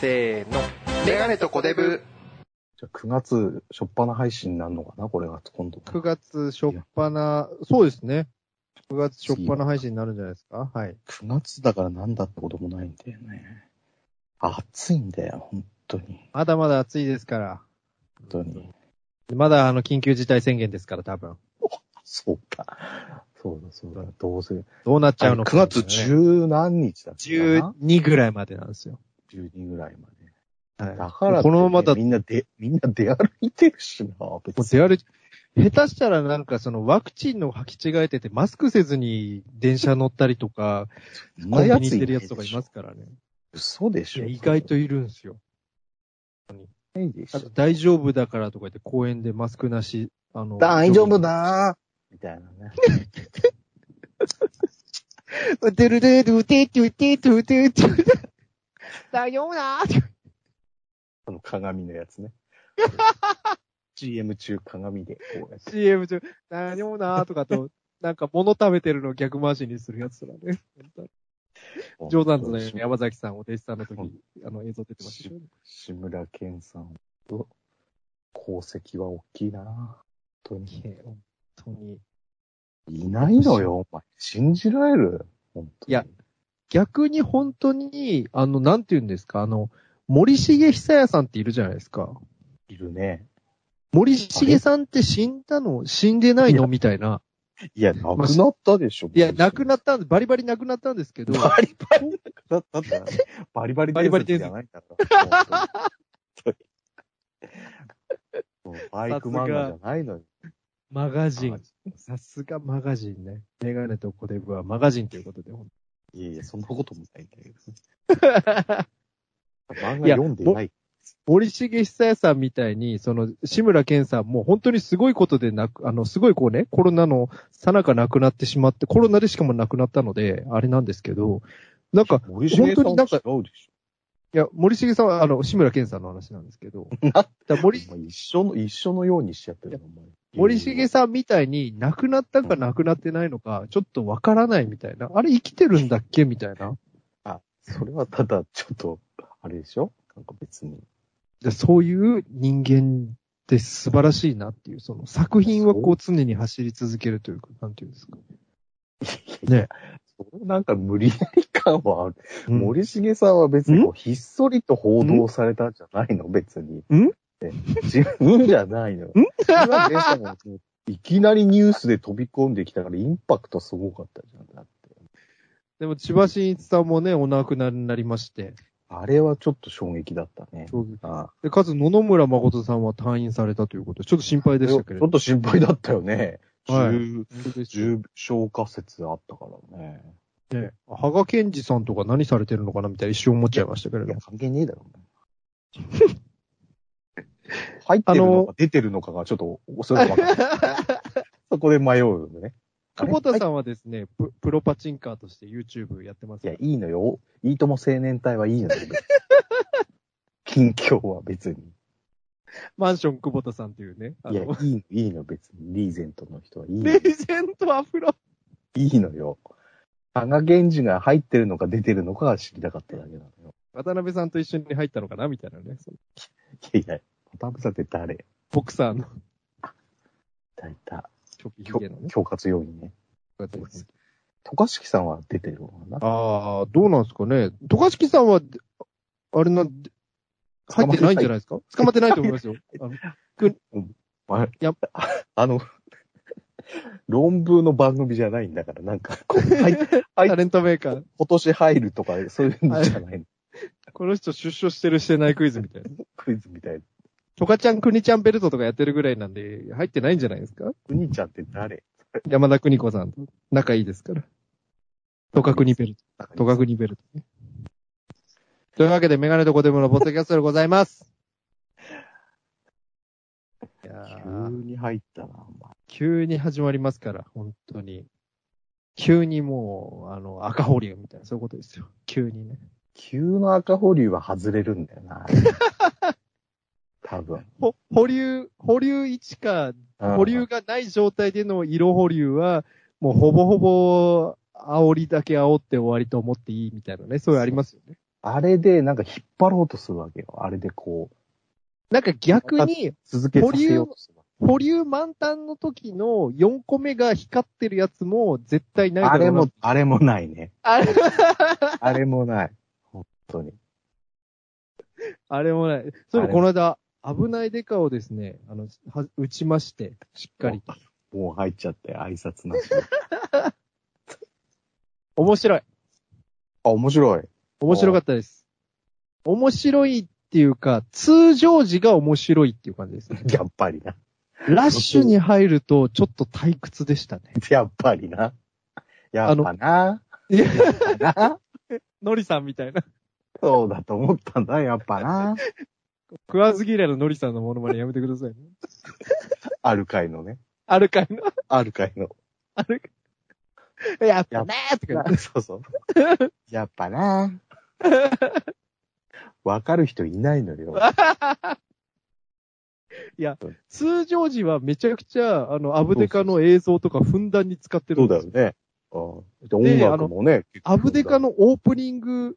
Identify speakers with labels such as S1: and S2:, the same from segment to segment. S1: せーの。メガネとコデブ。
S2: じゃあ9月、初っ端配信になるのかなこれが、今度。
S3: 9月初っ端な、そうですね。9月初っ端な配信になるんじゃないですかはい。
S2: 9月だからなんだってこともないんだよね。暑いんだよ、本当に。
S3: まだまだ暑いですから。
S2: 本当に。
S3: まだあの、緊急事態宣言ですから、多分。
S2: そうか。そうだ、そうだ。どうせ。
S3: どうなっちゃうのか、
S2: 9月十何日だったかな
S3: 12ぐらいまでなんですよ。
S2: 12ぐらいま
S3: は
S2: で。
S3: い。
S2: だから、
S3: このままだと
S2: みんなで、みんな出歩いてるしな、別
S3: もう出歩い下手したらなんかそのワクチンの履き違えててマスクせずに電車乗ったりとか、
S2: そん
S3: コ
S2: な
S3: ンビ
S2: や
S3: ニ
S2: つ
S3: 行ってる
S2: な
S3: や
S2: で
S3: つ
S2: しょ
S3: とかいますからね。
S2: 嘘でし
S3: い
S2: ょ。
S3: や、意外といるんですよ。
S2: そんなないでし
S3: あ
S2: ょ
S3: と大丈夫だからとか言って公園でマスクなし、あの、
S2: 大丈夫だーみたいなね。
S3: ジョギング。でるでるでててててて大丈夫だー
S2: あの鏡のや つね。CM 中鏡でこうやって。
S3: CM 中、大丈夫だーとかと、なんか物食べてるのを逆回しにするやつだね。冗談のように山崎さん、お弟子さんの時、あの映像出てましたけど。
S2: 志村けんさんと功績は大きいな本当に。
S3: いや本当に。
S2: いないのよ、お前。信じられる本当に
S3: いや。逆に本当に、あの、なんて言うんですか、あの、森重久也さんっているじゃないですか。
S2: いるね。
S3: 森重さんって死んだの死んでない
S2: い
S3: の
S2: や
S3: みたいな。
S2: いや、亡くなったでしょ。
S3: いや、亡くな
S2: っ
S3: ったんで、バリバリ亡くなったんですけど、
S2: バリバリ亡くなったんだよ。バリバリ
S3: バリバリ
S2: 伝説じゃないんだから。本当にそうバイク漫画じゃないのよ。
S3: マガジン。さすがマガジンね。メガネとコデブはマガジンということで。本
S2: いやいや、そんなこともないんだけど。
S3: 当に
S2: 漫
S3: い
S2: 画
S3: や
S2: 読んでない。
S3: 森重久也さんみたいに、その、志村けんさんも本当にすごいことでなく、あの、すごいこうね、コロナのさなか亡くなってしまって、コロナでしかも亡くなったので、あれなんですけど、なんか、
S2: 森重さん
S3: 本当になんか
S2: 違うでし
S3: いや、森重さんは、あの、志村けんさんの話なんですけど、
S2: ょ。な
S3: だ森
S2: お、前一緒の、一緒のようにしちゃってるの、お前
S3: 森重さんみたいに、亡くなったか亡くなってないのか、ちょっとわからないみたいな、あれ生きてるんだっけみたいな。
S2: あ、それはただ、ちょっと、あれでしょなんか別に。
S3: でそういう人間って素晴らしいなっていう、その作品はこう常に走り続けるというか、なんていうんですか。ね
S2: それなんか無理やり感はある。
S3: うん
S2: 森重さんは別にこうひっそりと報道されたんじゃないの、別に。
S3: ん
S2: ね自分じゃないの。今出たのにいきなりニュースで飛び込んできたからインパクトすごかったじゃん。だって。
S3: でも、千葉真一さんもね、お亡くなりになりまして。
S2: あれはちょっと衝撃だったね。あ
S3: で、かつ、野々村誠さんは退院されたということで、ちょっと心配で
S2: ち
S3: し
S2: ょ
S3: た
S2: っ
S3: けれど。
S2: と心配だったよね。
S3: は
S2: 重
S3: い
S2: 重症化説あったからね。
S3: ね、羽賀健二さんとか何されてるのかなみたいな一瞬思っちゃいましたけれ
S2: い
S3: ど
S2: や、。関係ねえだろ。 入って
S3: あ
S2: るの
S3: の
S2: か出てるのかがちょっと、それは分かんない そこで迷うよね。
S3: 久保田
S2: ん。
S3: さんはですね、ププロパチンカーとして YouTube やってます
S2: い
S3: か
S2: や、
S3: ら
S2: い。いのよ。いいとも青年隊はいいの よ。近況は別に。
S3: マンション久保田さんっていうね。あ
S2: いや、い
S3: の、
S2: い、いいの別に。リーゼントの人はいいの
S3: レ
S2: よ。
S3: ジェンドアフロ。
S2: いいのよ。加賀源氏が入ってるのか出てるのかが知りたかっただけなのよ。
S3: 渡辺さんと一緒に入ったのかなみたいなね。その
S2: いやいや、渡辺さんって誰
S3: ボクサーの
S2: 大体、
S3: チョキヒ
S2: 恐
S3: ゲのね。
S2: 恐喝容疑ね。渡嘉敷さんは出てるのかな
S3: ああ、どうなんですかね。渡嘉敷さんは、あれな、入ってないんじゃないですか捕まってないと思いますよ。あの
S2: あ
S3: やっ
S2: あの、論文の番組じゃないんだから、な んか、こう、はい、はい
S3: タレントメーカー。
S2: 今年入るとか、そういうのじゃないの。
S3: この人出所してるしてないクイズみたいな。
S2: クイズみたいな。
S3: トカちゃん、クニちゃんベルトとかやってるぐらいなんで、入ってないんじゃないですか
S2: くにちゃんって誰
S3: 山田邦子さんと仲いいですから。トカクニベル
S2: なんか
S3: ト、トカクニベルトね。というわけで、メガネとコデムのポッドキャストでございます。いやー
S2: 急に入ったな、お前。
S3: 急に始まりますから、本当に。急にもう、あの、赤保留みたいな、そういうことですよ。急にね。
S2: 急の赤保留は外れるんだ よな。多分。
S3: ほ保留、保留1か
S2: うん
S3: 保留がない状態での色保留は、もうほぼほぼ、煽りだけ煽って終わりと思っていいみたいなね、そういうありますよね。
S2: あれでなんか引っ張ろうとするわけよ。あれでこう、
S3: なんか逆に、
S2: 続けさせようとするわ
S3: 保留満タンの時の4個目が光ってるやつも絶対ないだ
S2: け。
S3: ろ
S2: あ
S3: うな
S2: れも、、あれもないね。
S3: あれ、
S2: あれもない。本当に。
S3: あれもない。そういえばこの間、危ないデカをですね、あの、は打ちまして、しっかり。
S2: もう入っちゃって、挨拶なし。
S3: 面白い。
S2: あ、面白い。
S3: 面白かったです。面白いっていうか、通常時が面白いっていう感じです ね。
S2: やっぱりな。
S3: ラッシュに入ると、ちょっと退屈でしたね。
S2: やっぱりな。やっぱな。
S3: いや
S2: やっぱな。
S3: ノリさんみたいな。
S2: そうだと思ったんだ、やっぱな。
S3: 食わず嫌いのノリさんのモノマネやめてくださいね。
S2: ある会のね。
S3: あるかいの
S2: ある会の。
S3: あるかい。やっぱねーとか。
S2: そうそう。やっぱな。わかる人いないのよ。
S3: いや、通常時はめちゃくちゃ、あの、アブデカの映像とかふんだんに使ってる
S2: そ
S3: ん
S2: うだ
S3: で
S2: よ
S3: すよ。
S2: ね。あで音楽もね。結構
S3: アブデカのオープニング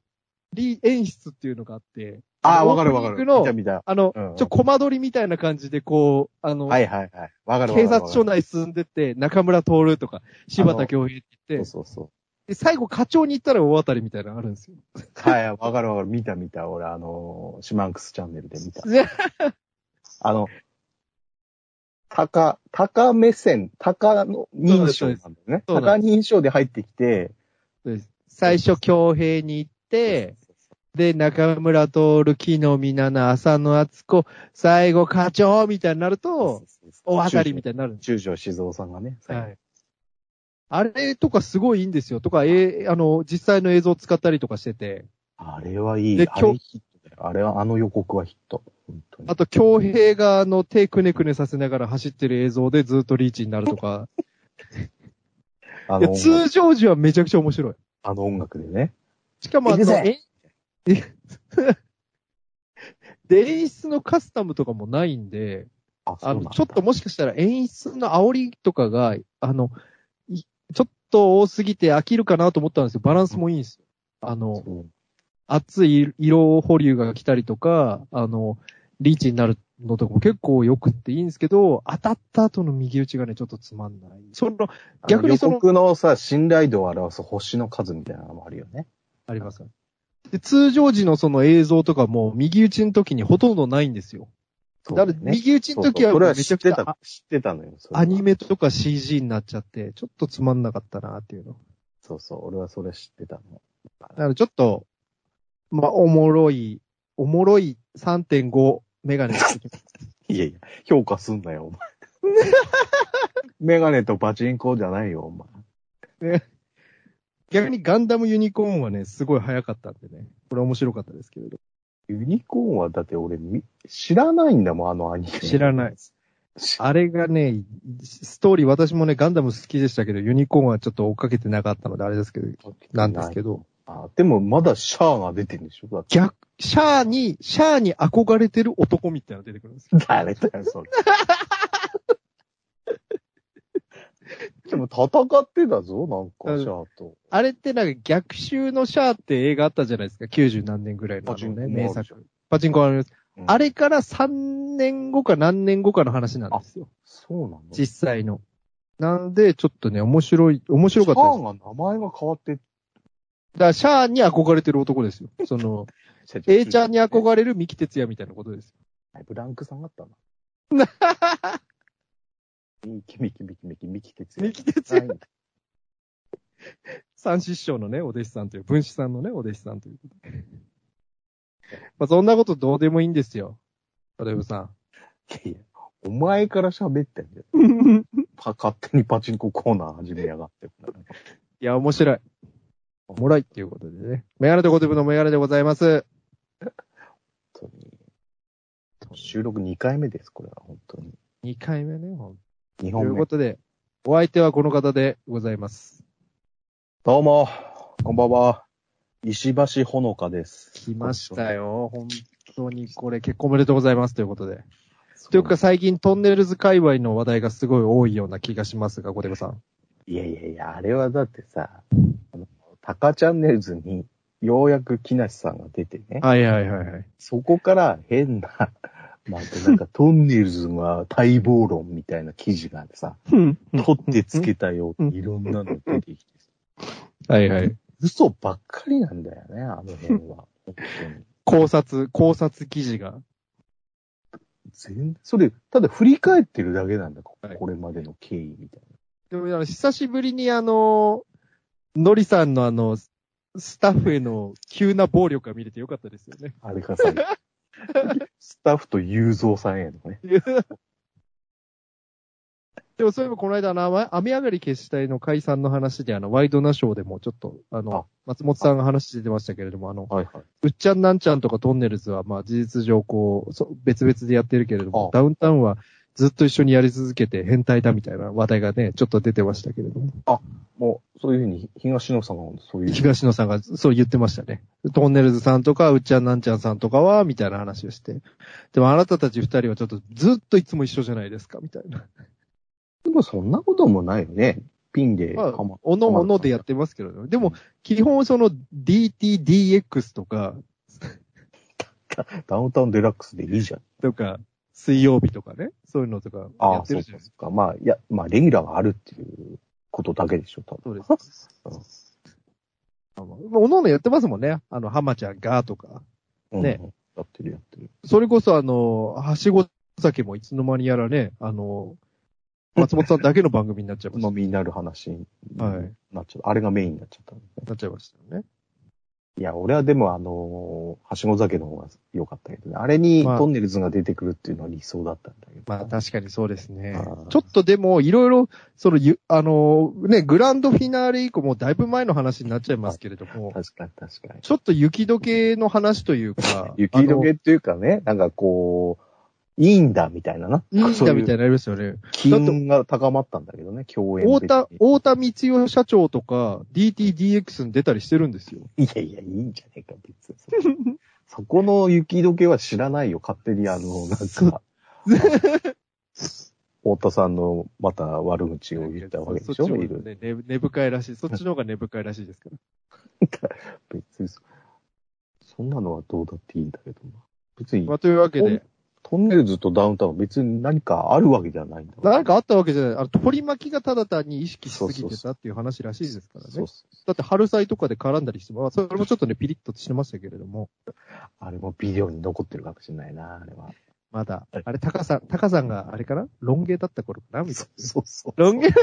S3: リ演出っていうのがあって、
S2: ああ、わかるわか
S3: オープニ
S2: る。
S3: ングの
S2: 見た見た。
S3: あの、
S2: うんうん
S3: ちょ、コマ撮りみたいな感じでこう、あの、
S2: はいはいはい。わかるわかる。
S3: 警察署
S2: の。
S3: 内進んでって、中村徹とか、柴田恭平って言
S2: そ
S3: っ
S2: う
S3: て、
S2: そうそ
S3: で最後課長に行ったら大当たりみたいなのあるんですよ。
S2: う。はい、わかるわかる。見た見た。俺、あのー、シマンクスチャンネル で見た。
S3: ね
S2: あの、高、高目線、高の認証なんだ
S3: そ
S2: よね。
S3: うですそうですそう
S2: 高
S3: な
S2: 認証で入ってきて、
S3: 最初恭平に行って、で、中村徹、木の実奈々、浅野敦子、最後課長みたいになると、大当たりみ
S2: た
S3: たい
S2: い
S3: になるんです
S2: 中条静雄さんがね、最後
S3: はい。あれとかすごいいいんですよ。とか、えーあの、実際の映像を使ったりとかしてて、
S2: あれはいい。
S3: で
S2: あ
S3: 今
S2: れ
S3: 日
S2: ヒットだよ。あれは、あの予告はヒット。本当に
S3: あと、京平があの、手くねくねさせながら走ってる映像でずっとリーチになるとか、い
S2: あ
S3: や
S2: の音楽、
S3: 通常時はめちゃくちゃ面白い。
S2: あの音楽でね。
S3: しかもあ
S2: うる
S3: の、
S2: さい
S3: え で、演出のカスタムとかもないんで、
S2: あ、そう
S3: あ
S2: なん
S3: の、
S2: だ
S3: ちょっともしかしたら演出の煽りとかが、あの、いちょっと多すぎて飽きるかなと思ったんですよ。バランスもいいんですよ。あの、
S2: そう
S3: 熱い色保留が来たりとか、あの、リーチになるのとかも結構良くっていいんですけど、当たった後の右打ちがね、ちょっとつまんない。その、逆にその
S2: あ予告のさ、信頼度を表す星の数みたいなのもあるよね。
S3: ありますかで、通常時のその映像とかも、右打ちの時にほとんどないんですよ。だから、右打ちの時は
S2: そうそうそれ
S3: め
S2: は
S3: ち
S2: 知
S3: ゃ
S2: っ
S3: くち
S2: て
S3: ゃ
S2: た、知ってたのよ。それは
S3: アニメとか CG になっちゃって、ちょっとつまんなかったなっていうの。
S2: そうそう、俺はそれ知ってたの。
S3: だからちょっと、まあ、おもろい、おもろい3.5メガネして きました。
S2: いやいや、評価すんなよ、お前。メガネとパチンコじゃないよ、お前。
S3: 逆にガンダムユニコーンはね、すごい早かったんでね。これ面白かったですけれど。
S2: ユニコーンはだって俺み、知らないんだもん、あのアニメ。。
S3: 知らないい。あれがね、ストーリー、私もね、ガンダム好きでしたけど、ユニコーンはちょっと追っかけてなかったので、あれですけど、なんですけど。
S2: あ、でもまだシャアが出てるんでしょだって
S3: 逆、シャアに、シャアに憧れてる男みたいなの出てくるんですよ。
S2: 誰だよ、 それ。でも戦ってたぞ、な
S3: う
S2: ん
S3: ん
S2: か、シャアと。
S3: あれってなんか逆襲のシャアって映画あったじゃないですか。90何年ぐらいの、
S2: パチンコ
S3: ね、
S2: も
S3: 名
S2: あるでしょ
S3: 作。パチンコあります。
S2: うん
S3: あれから3年後か何年後かの話なんですよ。
S2: そうなの
S3: 実際の。なんで、ちょっとね、面白い、面白かったです。
S2: シャアが名前が変わって、
S3: だから、シャアに憧れてる男 ですよ。その、A ちゃんに憧れる三木哲也みたいなことですよ。
S2: れ。ブランクさんがあったな。ミキミキミキミキミキ哲
S3: 三
S2: 也。
S3: 木哲也
S2: はい
S3: 三師匠のね、お弟子さんという、分子さんのね、お弟子さんということ で。まあ、そんなことどうでもいいんですよ。トレブさん。
S2: いやいやお前から喋っ てんだよ。 パ勝手にパチンココーナー始めやがって。
S3: いや、面白い。おもろいっていうことでね。メガネとゴテブのメガネでございます。
S2: 本当に。収録2回目です、これは、本当に。
S3: 2回目ね、ほん
S2: 日
S3: とい
S2: 本
S3: う
S2: 目
S3: こ。とで、お相手はこの方でございます。
S2: どうも、こんばんは。石橋ほのかです。
S3: 来ました。よ。本当にこれ結婚おめでとうございますということで。
S2: そう
S3: というか、最近トンネルズ界隈の話題がすごい多いような気がしますが、ゴテブさん。
S2: いやいやいや、あれはだってさ、あの、タカチャンネルズにようやく木梨さんが出てね、
S3: はいはいはいはい。
S2: そこから変な、またなんかトンネルズが待望論みたいな記事がさ、
S3: うん。
S2: 取ってつけたよっていろんなの出てきて、
S3: はいはい。
S2: 嘘ばっかりなんだよね、あの辺は。本当に
S3: 考察、考察記事が。
S2: 全それ、ただ振り返ってるだけなんだ、こ
S3: はい
S2: これまでの経緯みたい
S3: でも、あの久しぶりにあの、のりさんのあの、ススタッフへの急な暴力が見れてよかったですよね。
S2: な。あれ がさ、スタッフと雄三さんへの ね。
S3: でも、そういえばこの間、あの、雨雨上がり決死隊の解散の話で、あの、ワイドナショーでもちょっと、あの、
S2: あ
S3: 松本さんが話してましたけれども、あの、
S2: はいはい。
S3: うっちゃんなんちゃんとかトンネルズは、まあ事実上こう、そ別々でやってるけれども
S2: あ、
S3: ダウンタウンはずっと一緒にやり続けて変態だみたいな話題がね、ちょっと出てましたけれども、
S2: もう、そういうふうに東野さんがそういう。
S3: 東野さんがそう言ってましたね。トンネルズさんとか、うっちゃんなんちゃんさんとかは、みたいな話をして。でもあなたたち二人はちょっとずっといつも一緒じゃないですか、みたいな。
S2: でもそんなこともないよね。ピンで、
S3: まあ
S2: かま、
S3: おのおのでやってますけれども、でも基本その DTDX とか、
S2: ダウンタウンデラックスでいいじゃん。
S3: とか、水曜日とかね、そういうのとかや
S2: ああ、
S3: って
S2: そ
S3: る
S2: う
S3: じゃないですか
S2: か。そうか。まあ、いや、まあ、レギュラーがあるっていうことだけでしょ、多分。
S3: そうです。あのおのおのやってますもんね。あの、浜ちゃんがとか。
S2: うん
S3: ね
S2: やってるやってる。
S3: それこそあの、はしご酒もいつの間にやらね、あの、松本さんだけの番組になっちゃいま
S2: 飲
S3: し
S2: みになる話に
S3: た。はい。
S2: なっちゃった。あれがメインになっちゃったんだね。
S3: なっちゃいましたよね。
S2: いや、俺はでもあのーはしご酒の方が良かったけどね。あれに
S3: まあ
S2: トンネルズが出てくるっていうのは理想だったんだけど。
S3: まあ確かにそうですね
S2: あー。
S3: ちょっとでも、いろいろ、その、ゆあの、ね、グランドフィナーレ以降もだいぶ前の話になっちゃいますけれども、
S2: 確かに確かに。、
S3: ちょっと雪解けの話というか
S2: 雪解け
S3: あ
S2: っていうかね、なんかこう、いいんだみたいなな。
S3: のいいんだみた
S2: い
S3: いに
S2: な。
S3: なりますよね。
S2: 気運が高まったんだけどね、共演
S3: 太
S2: 別
S3: 田
S2: に、
S3: 太田光代社長とか DTDX に出たりしてるんですよ。
S2: いやいや、いいんじゃねえか、別にそ れ。そこの雪解けは知らないよ、勝手にあの、なん か。太田さんのまた悪口を言ったわけでしょ
S3: そっちも
S2: いろいろ
S3: ね、根根深いらしい。そっちの方が根深いらしいですから。
S2: 別にそ、そんなのはどうだっていいんだけどな。別に
S3: ま、あ、というわけで、
S2: トンネルズとダウンタウンは別に何かあるわけではないんだもん
S3: なんかあったわけじゃない。あの、取り巻きがただ単に意識しすぎ
S2: そうそう
S3: て
S2: そ
S3: たっていう話らしいですからね。
S2: そうそう
S3: だって春祭とかで絡んだりして、まあ、それもちょっとね、ピリッとしてましたけれども、
S2: あれもビデオに残ってるかもしれないな、あれは。
S3: まだ
S2: はい、
S3: あれ、タカさん、タカさんが、あれかなロン毛だった頃かなみたいな。
S2: そうそう。
S3: ロン毛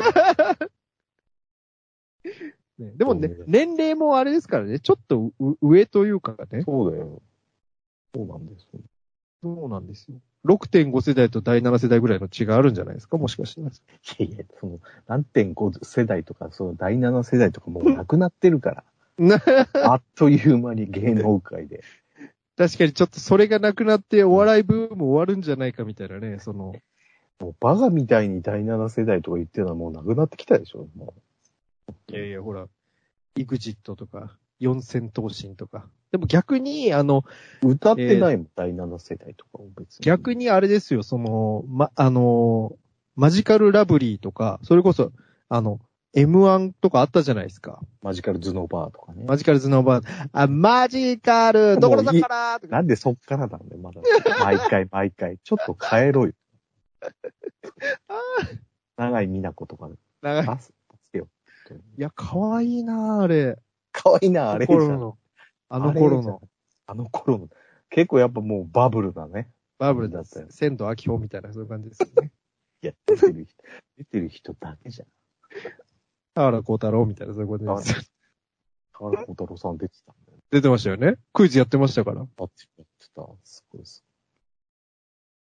S3: ね、でもね
S2: ロン毛、
S3: 年齢もあれですからね、ちょっとう上というかね。
S2: そうだよ。そうなんですよ。
S3: そうなんですよ。6.5世代と第7世代ぐらいの違いあるんじゃないですかもしかして。
S2: いやいや、その、何点5世代とか、その第7世代とかもうなくなってるから。
S3: な
S2: あっという間に芸能界で。
S3: 確かにちょっとそれがなくなってお笑いブーム終わるんじゃないかみたいなね、その、
S2: もうバカみたいに第7世代とか言ってるのはもうなくなってきたでしょ、も
S3: いやいや、ほら、イグジットとか、四千頭身とか。でも逆に、あの、
S2: う。歌ってないもん、第7世代とかも別に。
S3: 逆にあれですよ、その、ま、あの、マジカルラブリーとか、それこそ、あの、M1 とかあったじゃないですか。
S2: マジカル頭脳バーとかね。
S3: マジカルズのバー。あ、マジカル、どころだからとか。
S2: なんでそっからなんだよ、まだ。毎回毎回。ちょっと変え ろよ。長井美奈子とか、
S3: 長い
S2: 出す、出せよ。
S3: いや、可愛いなあれ。
S2: かわいいな、あれじゃん。
S3: 頃のあの頃の。
S2: あの頃の。結構やっぱもうバブルだね。
S3: バブルだ
S2: だっ
S3: ったた
S2: よ
S3: よ。仙道秋穂みたいな、そういう感じですよ ね。
S2: いや、出てる人、 出てる人だけじゃん。
S3: 田原幸太郎みたいな、そういう感じです。
S2: 河原小太郎さん出てたんだよ。
S3: 出てましたよね。クイズやってましたから。
S2: あっちやってた。すごいす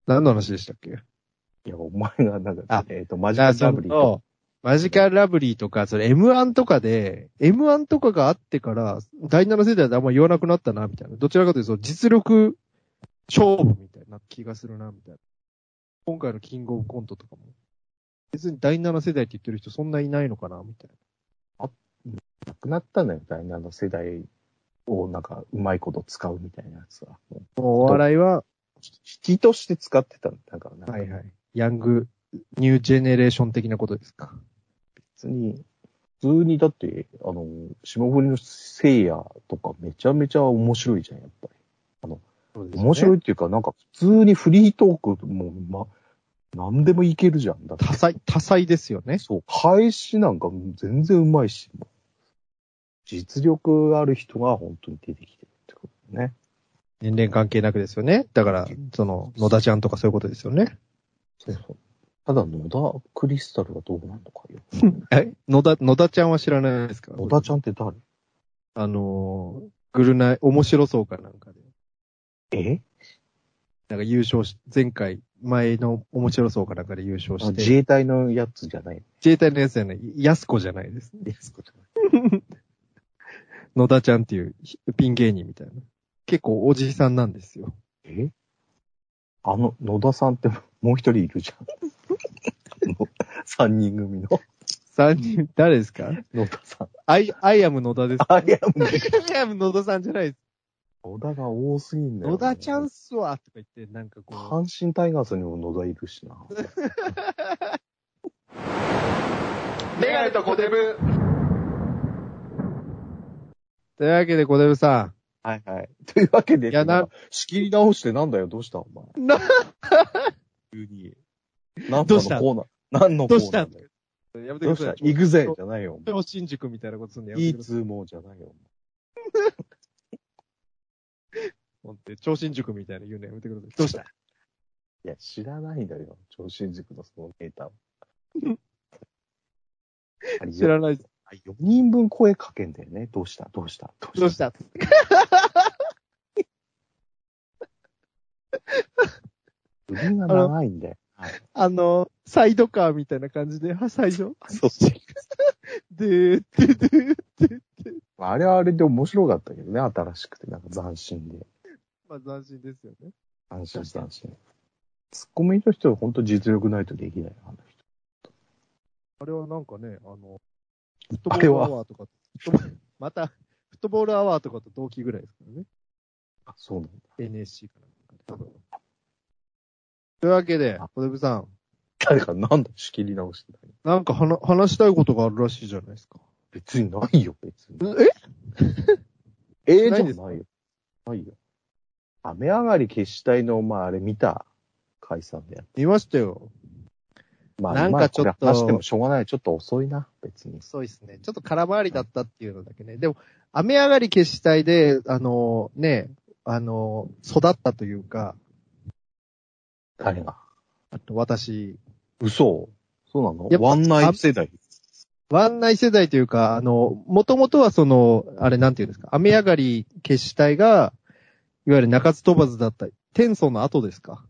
S3: 何の話でしたっけ
S2: ごい。いや、お前がなんか、
S3: あ
S2: えっ、と、マジカルラブリーと。
S3: マジカルラブリーとか、それ M1 とかで、M1 とかがあってから、第7世代であんま言わなくなったな、みたいな。どちらかというと、実力勝負みたいな気がするな、みたいな。今回のキングオブコントとかも。別に第7世代って言ってる人そんないないのかな、みたいな。
S2: なくなったのよ、第7世代をなんか、うまいこと使うみたいなやつは。もう
S3: もうお笑いは、
S2: 引きとして使ってたんだから、なんか
S3: はいはい。ヤング、ニュージェネレーション的なことですか。
S2: 別に、普通にだって、あの、霜降りの聖夜とかめちゃめちゃ面白いじゃん、やっぱり。面白
S3: い。
S2: いっていうか、なんか普通にフリートークも、ま、何でもいけるじゃん。だって
S3: 多彩、多彩ですよね。
S2: そう、返しなんか全然うまいし、実力ある人が本当に出てきてるってことね。
S3: 年齢関係なくですよね。だから、その、野田ちゃんとかそういうことですよね。
S2: そうそう。ただ野田クリスタルはどうなんのかよ。
S3: え野田、野田ちゃんは知らないですか
S2: 野田ちゃんって誰
S3: あのー、ぐるない、面白そうかなんかで。
S2: え
S3: なんか優勝し、前回、前の面白そうかなんかで優勝
S2: あ
S3: して。
S2: 自衛隊のやつじゃない。
S3: 自衛隊のやつじゃない、安子じゃないです。野田ちゃんっていうひピン芸人みたいな。結構おじさんなんですよ。
S2: えあの、野田さんってもう一人いるじゃん。 あの三人組の
S3: 三人、誰ですか
S2: 野田さん。
S3: アイ、アイアム野田です。
S2: あ、いや、もう
S3: アイアム野田さんじゃないです。
S2: 野田が多すぎんだよ。
S3: 野田ちゃんっすわとか言って、なんかこ
S2: 阪神タイガースにも野田いるしな。
S1: メガネとコデブ。
S3: う。というわけで、小出さん。
S2: はいはい。というわけで、
S3: いやな
S2: なんか仕切り直してなんだよ、どうしたお前。
S3: な
S2: 急に。何
S3: どう
S2: のコ
S3: した
S2: ーナー何のコ
S3: どう
S2: ー
S3: し
S2: ナ
S3: た
S2: ーだよ
S3: やめてく
S2: ど
S3: だ
S2: うし
S3: さ
S2: た
S3: い。
S2: 行くぜじゃないよ。
S3: 超新宿みたいなことすんのや
S2: い
S3: め
S2: い
S3: てくださ
S2: 通もじゃないよ。
S3: い。ほんと超新宿みたいな言うのやめてください。どうした
S2: いや、知らないのよ。超新塾のそのデ ータを。あれ
S3: 知らない。
S2: 4人分声かけんだよね。どうしたどうしたど
S3: どうした
S2: 首が長いんだよ。はい
S3: あの、サイドカーみたいな感じで、は最初。
S2: そうそう。
S3: でーってでーって。
S2: あれはあれで面白かったけどね。新しくて、なんか斬新で。
S3: まあ、斬新ですよね。
S2: 安心して安心。ツッコミとしては本当実力ないとできないよあの人。
S3: あれはなんかね、あの、フットボ
S2: あ
S3: ー
S2: れ
S3: ルア
S2: は、
S3: ワーと か、フットボールまた、フットボールアワーとかと同期ぐらいですからね。
S2: あそうなんだ。
S3: NSC かなんかで。というわけで
S2: あ、
S3: 小出部さん、
S2: 誰かなんだ仕切り直してない。
S3: なんか話話したいことがあるらしいじゃないですか。
S2: 別にないよ、別に。
S3: え
S2: ええ
S3: な
S2: じ
S3: い
S2: ゃ
S3: ん
S2: な
S3: で
S2: い
S3: すか
S2: よ。ないよ。雨上がり決死隊の、まああれ見た解散でや
S3: 見ましたよ。
S2: まあ、
S3: なんか
S2: まあ
S3: ちょっと
S2: これ話してもしょうがない。ちょっと遅いな、別に。
S3: そうですね。ちょっと空回りだったっていうのだけね。でも、雨上がり決死隊で、あの、ね、あの、育ったというか、
S2: 誰が。
S3: あと私、
S2: 嘘そうなの
S3: やっぱ
S2: ワンナイト世代。
S3: 湾内世代というか、あの、もともとはその、あれなんていうんですか、雨上がり決死隊が、いわゆる中津飛ばずだった、天祖の後ですか。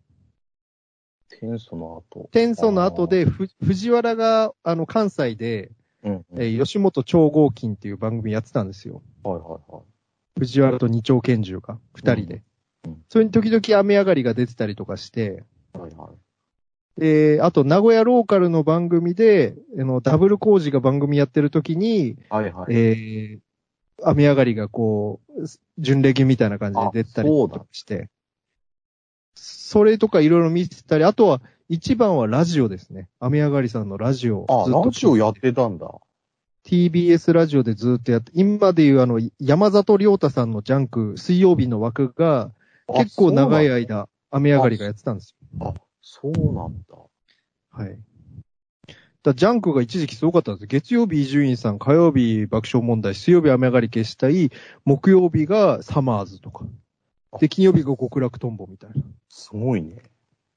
S2: 天祖の後。
S3: 天祖の後で、ふ藤原が、あの、関西で、
S2: うん、うん。
S3: え
S2: はい
S3: ー吉本超合金っていう番組やってたんですよ。
S2: はいはい。
S3: 藤原と二丁拳銃が、二人で。
S2: うんうん
S3: それに時々雨上がりが出てたりとかして、
S2: はいはい。
S3: で、あと、名古屋ローカルの番組で、あの、ダブル工事が番組やってる時に、
S2: はいはい。
S3: えー、雨上がりがこう、準レギュみたいな感じで出たり
S2: あそう
S3: と
S2: だ
S3: かして、それとかいろいろ見てたり、あとは、一番はラジオですね。雨上がりさんのラジオ。
S2: あ、
S3: ずっと
S2: ラジオやってたんだ。
S3: TBS ラジオでずっとやって、今でいうあの、山里亮太さんのジャンク、水曜日の枠が、
S2: あ
S3: 結構長い。間、雨上がりがやってたんですよ。
S2: そうなんだ。
S3: はい。だジャンクが一時期すごかったんです。月曜日伊集院さん、火曜日爆笑問題、水曜日雨上がり消したい、木曜日がサマーズとか。で、金曜日が極楽とんぼみたい
S2: すごいね。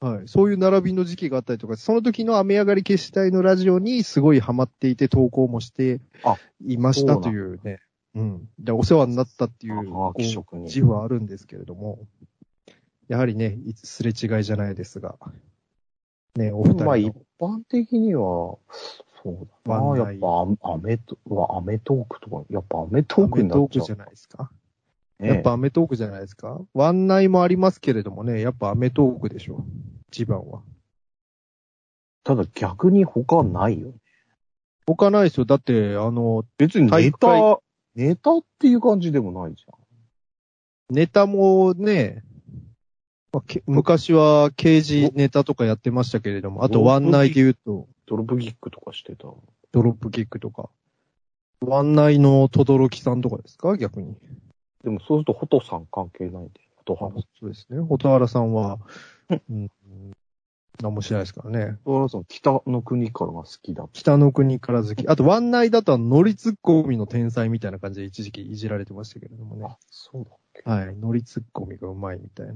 S3: な。はい。そういう並びの時期があったりとか、その時の雨上がり消したいのラジオにすごいハマっていて投稿もして
S2: あ
S3: いました
S2: そう
S3: と
S2: なん
S3: いうね。うん。で、お世話になったってい
S2: あ
S3: う、
S2: は
S3: こ
S2: が
S3: う
S2: き職人。
S3: 自負はあるんですけれども、やはりね、いすれ違いじゃないですが、ね、お二人の。
S2: まあ一般的には、そうだ
S3: ワン
S2: な。や
S3: ナ
S2: っ
S3: イ
S2: ぱア、アメト、はアメトークとか、やっぱアメトークになっちゃ
S3: アメトークじゃ
S2: う。
S3: ないですか。
S2: ね
S3: やっぱアメトークじゃないですか。ワンナイもありますけれどもね、やっぱアメトークでしょ。一番は。
S2: ただ逆に他ないよ。
S3: 他ないですよ。だって、あの、
S2: 別に
S3: 体
S2: ネ
S3: 育会
S2: タ、ネタっていう感じでもないじ
S3: ネタもね、まあけ昔は刑事ネタとかやってましたけれども、あとワンナイで言うと、
S2: ゃん。ドロップキックとかしてた。
S3: ドロップキックとか。湾内の轟さんとかですか逆に。
S2: でもそうすると、ホトさん関係ないんで、ホト
S3: あ
S2: ハム。
S3: そうですね。蛍原さんは、うん、何もしないですからね。
S2: ホトハムさん、北の国からが好きだ。
S3: 北の国から好き。あと、湾内だとはノリツッコミの天才みたいな感じで一時期いじられてましたけれどもね。
S2: あ、そうだっけ。
S3: はい。ノリツッコミがうまいみたいな。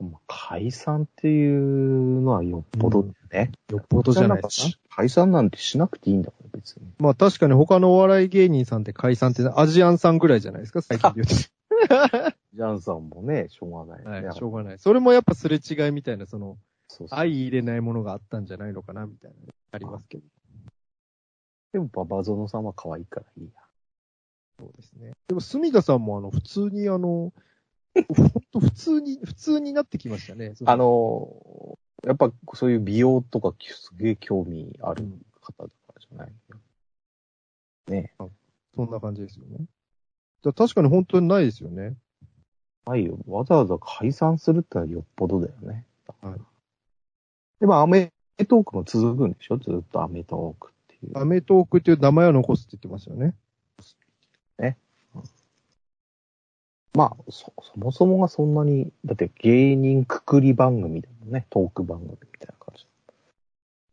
S2: まあ解散っていうのはよっぽどね。
S3: よっぽどじゃないで
S2: か
S3: すか。
S2: 解散なんてしなくていいんだから、別に。
S3: まあ確かに他のお笑い芸人さんって解散ってアジアンさんぐらいじゃないですか、最近で言うと。
S2: ジャンさんもね、しょうがない、ね。
S3: はい、しょうがない。それもやっぱすれ違いみたいな、その、
S2: そうそう
S3: 相入れないものがあったんじゃないのかな、みたいな、ありますけど。
S2: でも、ババゾノさんは可愛いからいいや。
S3: そうですね。でも、隅田さんもあの、普通にあの、ほんと普通に、普通になってきましたね。そ
S2: あ、のー、やっぱそういう美容とかすげえ興味ある方だからじゃない、
S3: そんな感じですよね。じゃあ確かに本当にないですよね。
S2: ないよ。わざわざ解散するってのはよっぽどだよね。
S3: はい
S2: でも、アメトークも続くんでしょずっとアメトークっていう。
S3: アメトークっていう名前を残すって言ってましたよね。
S2: まあ、そ、そもそもがそんなに、だって芸人くくり番組だもんね。トーク番組みたいな感じ。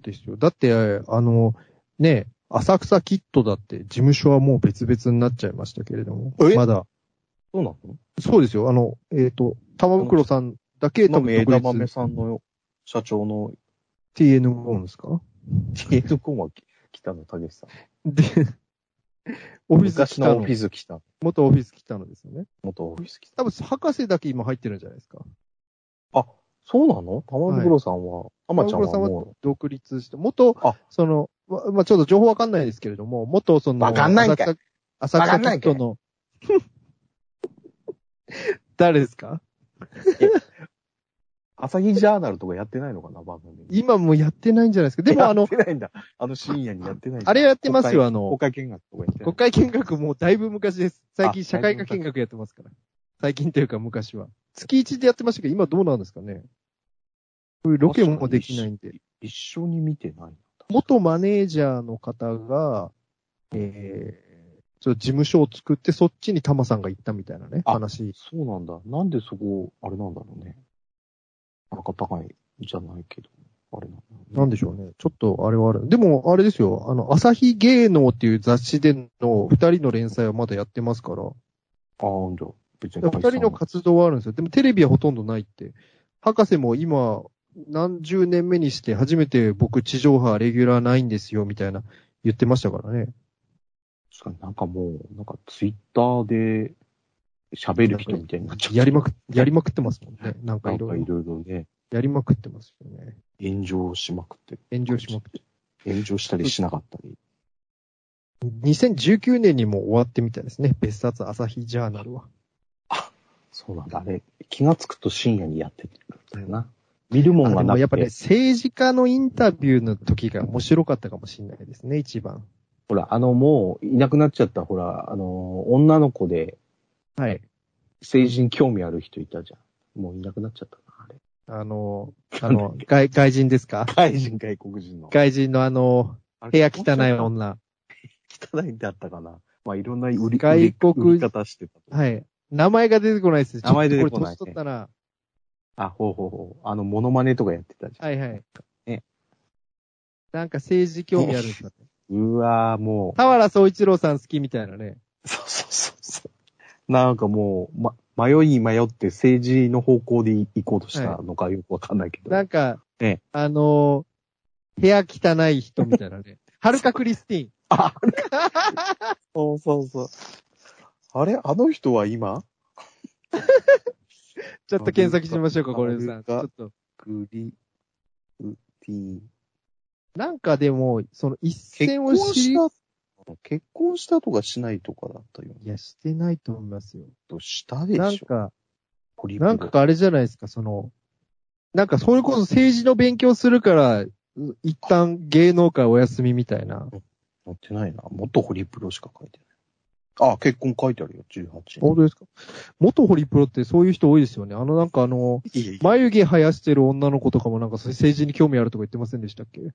S3: ですよ。だって、あの、ね、浅草キッドだって事務所はもう別々になっちゃいましたけれども。
S2: え
S3: まだ。
S2: そうなの
S3: そうですよ。あの、えっ、と、玉袋さんだけ多
S2: 今
S3: 分
S2: の
S3: 独
S2: 枝
S3: 立
S2: 豆さんの社 長の
S3: TN5 ですか
S2: ティエルコンは北野武さん。
S3: で、オフィス
S2: 昔
S3: 来た
S2: のオ
S3: の
S2: フ。ィス北野。
S3: 元オフィス来たのですよね。
S2: 元オフィス北
S3: 多
S2: 野。
S3: 分、博士だけ今入ってるんじゃないですか。
S2: そうなの玉袋さんは、あまちゃんは
S3: 玉袋さん
S2: も
S3: 独立して、元、
S2: あ
S3: その、ま、まあ、ちょっと情報わかんないですけれども、元その、
S2: わかんないんかい
S3: 浅草
S2: わか
S3: 浅
S2: んな
S3: 草
S2: いん
S3: キ
S2: かい
S3: ッドの、 誰ですか
S2: う、朝日ジャーナルとかやってないのかな、番組。
S3: 今もうやってないんじゃないですか。でもあ
S2: や
S3: の
S2: っ、てないんだ。あの深夜にやってないんだ
S3: あれやってますよ、あ
S2: 国
S3: の、
S2: 会見学とかやってない
S3: 国。会見学もうだいぶ昔です。最近
S2: あ
S3: 社会科見学やってますから。最近というか昔は。月1でやってましたけど、今どうなんですかね。こういうロケもできないんで。
S2: 一緒に見てない。
S3: 元マネージャーの方が、えー、ちょっと事務所を作って、そっちにタマさんが行ったみたいなね、
S2: あ
S3: 話。
S2: そうなんだ。なんでそこ、あれなんだろうね。なんか高いじゃないけど、あれなんだろうね
S3: なんでしょうね。ちょっと、あれはある。でも、あれですよ。あの、朝日芸能っていう雑誌での二人の連載はまだやってますから。
S2: ああ、うんじゃあ別に
S3: 二人の活動はあるんですよ。でもテレビはほとんどないって。博士も今、何十年目にして初めて僕地上波レギュラーないんですよ、みたいな言ってましたからね。
S2: 確かになんかもう、なんかツイッターで喋る人みたいに なっちゃって
S3: やりまく、やりまくってますもんね。なんか
S2: ないん
S3: ろ
S2: か
S3: い
S2: い
S3: ろ。
S2: ろいろね、
S3: やりまくってますよね。
S2: 炎上しまくってる。
S3: 炎上しまくって。
S2: 炎上したりしなかったり。
S3: 2019年にも終わってみたいですね。別冊朝日ジャーナルは。
S2: そうなんだ。あれ、気がつくと深夜にやってるんだよな。見るもん
S3: あで
S2: がなく
S3: も
S2: て。
S3: やっぱね、政治家のインタビューの時が面白かったかもしれないですね、一番。
S2: ほら、あのもういなくなっちゃった、ほら、あの、女の子で
S3: はい。
S2: 政治に興味ある人いたじゃん。もういなくなっちゃったな、あれ。
S3: あ の、あの、外外人ですか
S2: 外人、外国人の。
S3: 外人のあの、部屋汚い
S2: 女。
S3: 女。
S2: 汚いんだったかな。まあ、いろんな売り
S3: 外国人
S2: 売り方してた。
S3: はい。名前が出てこないです。
S2: 名前出てこない
S3: ちょっとこれ年取ったな。
S2: あ、ほうほうほう。あの、モノマネとかやってたじゃん。
S3: はいはい。
S2: ね
S3: なんか政治興味あるんですかね。
S2: うわーも
S3: 田原総一郎さん好きみたいなね。
S2: う。そうそうそうそう。なんかもう、ま、迷い迷って政治の方向で行こうとしたのかよくわかんないけど。
S3: なんか、
S2: ね
S3: あのー部屋汚い人みたいなね。 はるかクリスティーン。
S2: そうそうそう。あれあの人は今
S3: ちょっと検索しましょうか、
S2: は
S3: こ
S2: る
S3: れ
S2: か
S3: さん。ちょっと。
S2: クリ、ウティ。
S3: なんかでも、その一線を知り、い
S2: た、結婚したとかしないとかだったよね。
S3: や、してないと思いますよ。
S2: としたで
S3: なんか、
S2: ポリプロ
S3: なんかあれじゃないですか、その、なんかそれこそ政治の勉強するから、う一旦芸能界お休みみたいな。
S2: 載ってないな。元ホリプロしか書いてない。あ、結婚書いてあるよ、18
S3: 本当ですか元ホリプロってそういう人多いですよね。あのなんかあの、
S2: いやいや
S3: 眉毛生やしてる女の子とかもなんかそういう政治に興味あるとか言ってませんでしたっけ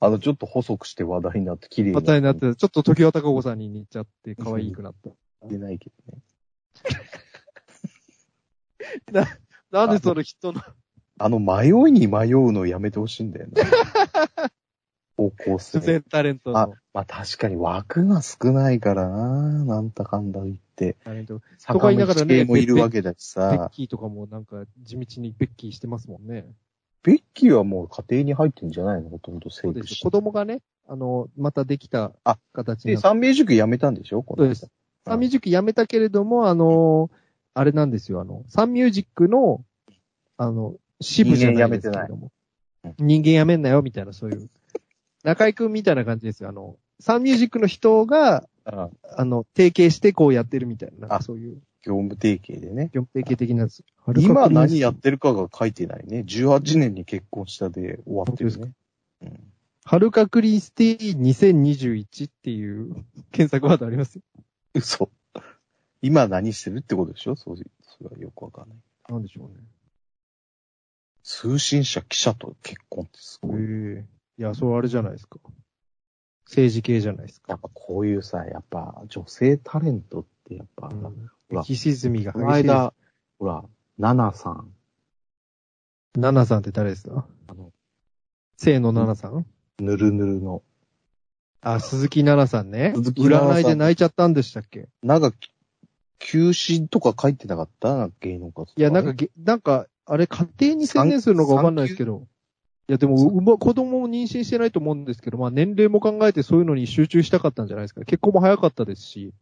S2: あの、ちょっと細くして話題になって綺麗
S3: 話題になっ
S2: な
S3: て、ちょっと時は高子さんに似ちゃって、可愛くなった。
S2: ってないけどね。
S3: なんでその人の、
S2: あの、迷いに迷うのやめてほしいんだよね。 方向
S3: 自
S2: 性。
S3: 然 タレント
S2: あ
S3: の、
S2: まあ確かに枠が少ないからな、なんだかんだ言って。
S3: タレント。と
S2: 坂
S3: か言いな
S2: 道
S3: がらね
S2: 系もいるわけだし
S3: ベッ
S2: さ、
S3: キーとかもなんか、地道にベッキーしてますもんね。
S2: ベッキーはもう家庭に入ってんじゃないのほとんどセ
S3: そう
S2: ー
S3: で
S2: ブ
S3: す。
S2: し
S3: 子供がね、あの、またできた
S2: あ
S3: 形に
S2: で、
S3: なって。
S2: 三名塾辞めたんでしょこ
S3: そう
S2: の
S3: です。サンミュージックやめたけれども、あの、あれなんですよ、あの、サンミュージックの、あの、支部じゃないですけれども。
S2: 人間やめて
S3: 人間やめんなよ、みたいな、そういう。中井くんみたいな感じですよ。あの、サンミュージックの人が、
S2: あ
S3: あの、提携してこうやってるみたいな、なんか
S2: あ
S3: そういう、
S2: 業務提携でね。
S3: 業務提携的なやつ。
S2: 今何やっててるかが書いてないね。18年に結婚したで終わってるね。うん
S3: はるかクリスティ2021っていう 検索ワードありますよ。
S2: 嘘。今何してるってことでしょそう、それはよくわかんない。
S3: なんでしょうね。
S2: 通信社記者と結婚ってすごい。
S3: ええいや、それあれじゃないですか。政治系じゃないです
S2: や
S3: か
S2: っ。ぱこういうさ、やっぱ女性タレントってやっぱ、
S3: うん
S2: ほら
S3: 浮き沈みが
S2: こ
S3: 激し
S2: の
S3: いです。
S2: 間、ほら、ナナさん、
S3: ナナさんって誰ですか
S2: あの、
S3: 清野ナナさん、
S2: ぬるぬるの、
S3: あ、鈴木奈々さんね。
S2: 鈴木奈々さん
S3: 占いで泣いちゃったんでしたっけ
S2: なんか、休止とか書いてなかった芸能活動。
S3: いや、なんか、げ、なんか、あれ、家庭に専念するのかわかんないですけど。いや、でも、うま、子供を妊娠してないと思うんですけど、まあ、年齢も考えてそういうのに集中したかったんじゃないですか。結婚も早かったですし。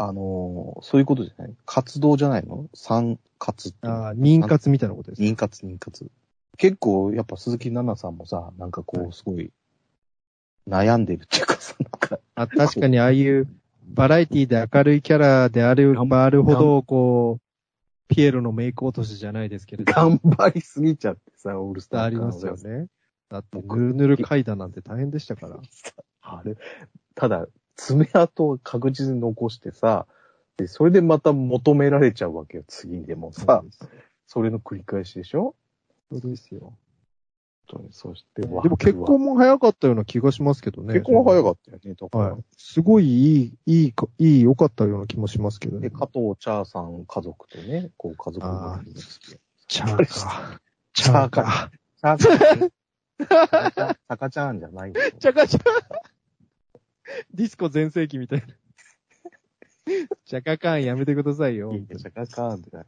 S2: あのーそういうことじゃない活動じゃないの産活っていうの。
S3: あー妊活みたいなことです。
S2: 妊活、妊活。結構、やっぱ鈴木奈々さんもさ、なんかこう、すごい、悩んでるっていうかさ、 なんか、
S3: あ確かに、ああいう、バラエティで明るいキャラであればあるほど、こう、ピエロのメイク落としじゃないですけれど。
S2: 頑張りすぎちゃってさ、オールスター
S3: ありますよ
S2: 感
S3: ね。だって、ぬるぬる階段なんて大変でしたから。
S2: あれ、ただ、爪痕を確実に残してさ、で、それでまた求められちゃうわけよ、次でもさ、それの繰り返しでしょ
S3: そうですよ。
S2: 本当にそして、
S3: で
S2: わ
S3: も結、
S2: わ
S3: 婚も早かったような気がしますけどね。
S2: 結婚は早
S3: っ
S2: かったよね、とか。
S3: はい。すごいいい、いいか、いい、良かったような気もしますけど
S2: で、
S3: ね。
S2: 加藤茶さん家族とね、こう家族
S3: あ
S2: で
S3: チャーか。チャーか。
S2: チャーカー。タカちゃんじゃないんだよ。
S3: チャカチャ。ディスコ全盛期みたいな。チャカカンやめてくださいよ。
S2: チャカカーンとか。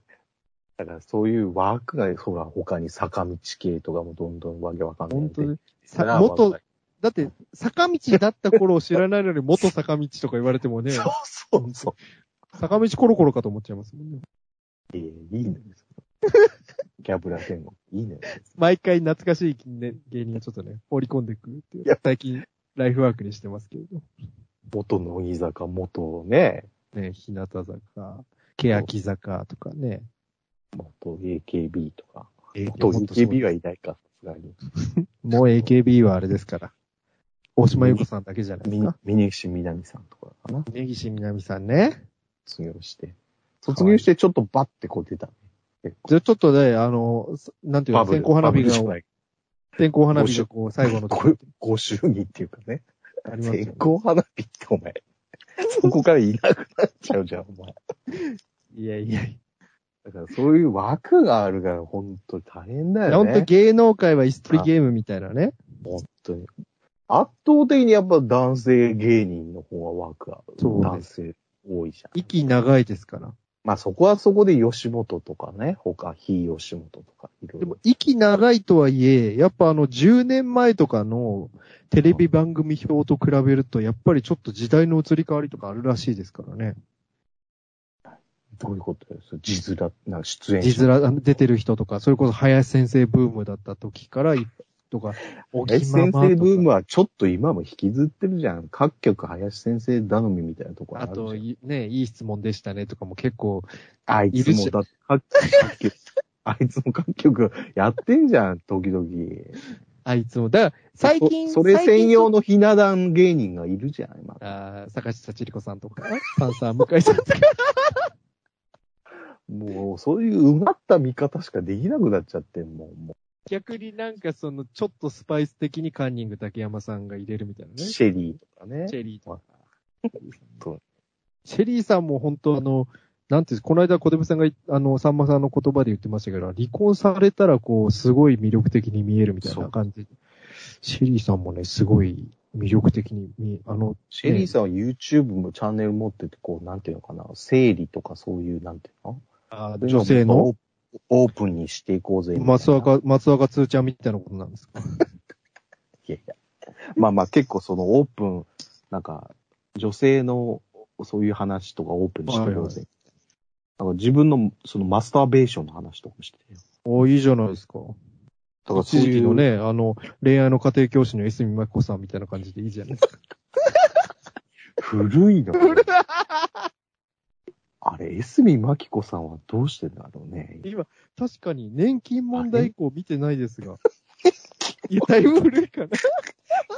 S2: だからそういうワークが、ほら、他に坂道系とかもどんどんわけわかんない。
S3: 本当に。
S2: さ
S3: さ元、だって、坂道だった頃を知らないのに元坂道とか言われてもね、
S2: そうそうそ
S3: 坂道コロコロかと思っちゃいますもんね。
S2: う。いえいいのです。ギャブラ天国。いいのです。
S3: 毎回懐かしい、ね、芸人がちょっとね、放り込んでくるっていう。
S2: いや
S3: 最近、ライフワークにしてますけれど。
S2: 元乃木坂、元ね、
S3: ね、日向坂、欅坂とかね。
S2: 元 AKB とか。元
S3: もっとそう
S2: AKB はいないか、さすがに。
S3: もう AKB はあれですから。大島優子さんだけじゃないです
S2: み
S3: か。、
S2: 峯岸みなみさんとかかな。
S3: 根岸みなみさんね。
S2: 卒業して。卒業してちょっとバッてこう出たね。結構
S3: じゃあちょっとね、あの、なんていうの、線香花火が、
S2: ない。
S3: 線香花火がこう、最後のとこ
S2: ご、ご祝儀っていうかね。
S3: ありますよ
S2: 線
S3: ね。
S2: 香花火って お前、そこからいなくなっちゃうじゃん、お前。
S3: いやいやい
S2: だからそういう枠があるから、本当に大変だ
S3: や。
S2: よ
S3: ほんと
S2: ね。
S3: 芸能界は椅子取りゲームみたいなね。
S2: 本当に。圧倒的にやっぱ男性芸人の方が枠が、
S3: そうで
S2: 男性多いじゃん。
S3: 息長いですから。
S2: まあそこはそこで吉本とかね、他、非吉本とか、いろい
S3: でも
S2: ろ。、
S3: 息長いとはいえ、やっぱあの、10年前とかのテレビ番組表と比べると、やっぱりちょっと時代の移り変わりとかあるらしいですからね。
S2: どういうことです字面、なんか出演者
S3: 字面あの出てる人とか、それこそ林先生ブームだった時から、いとか、
S2: 林先生ブーム
S3: は
S2: はちょっと今も引きずってるじゃん。各局林先生頼みみたいなとこあ
S3: あ
S2: るじゃん。
S3: と、いね、いい質問でしたねとかも結構、
S2: あいつ
S3: いるじゃ
S2: も
S3: ん
S2: だって各各局、 あいつも各局やってんじゃん、時々。
S3: あいつも。だから、最近、
S2: そそれ専用
S3: の。
S2: のひな壇芸人がいるじゃん、今。
S3: あー坂下千里子さんとか、パンサー向井さんとか。
S2: もう、そういううまった見方しかできなくなっちゃってんもん。も
S3: 逆になんかその、ちょっとスパイス的にカンニング竹山さんが入れるみたいなね。
S2: シェリーとかね。
S3: シェリーとか
S2: そう。
S3: シェリーさんも本当あの、なんていうんですこの間小出さんがい、あの、さんまさんの言葉で言ってましたけど、離婚されたらこう、すごい魅力的に見えるみたい
S2: そ
S3: な
S2: う
S3: 感じ。シェリーさんもね、すごい魅力的に見、あの、
S2: シェリーさんは YouTube もチャンネル持ってて、こう、なんていうのかな、整理とかそういう、なんていうの
S3: あ女性
S2: オ
S3: の
S2: ープオープンにしていこうぜみたいな。
S3: 松岡、松岡通ちゃんみたいなことなんですか
S2: いやいや。まあまあ結構そのオープン、なんか、女性のそういう話とかオープンにしていこうぜ。なんか自分のそのマスターベーションの話とかもしてて。
S3: おいいじゃないですか。
S2: だからそう
S3: 一時
S2: い
S3: 期
S2: う
S3: の。ね、あの、恋愛の家庭教師の江住真紀子さんみたいな感じでいいじゃないですか。
S2: 古いの。 あれ、江住真紀子さんはどうしてんだろうね。
S3: 今、確かに年金問題以降見てないですが。いや、だいぶ古いかな。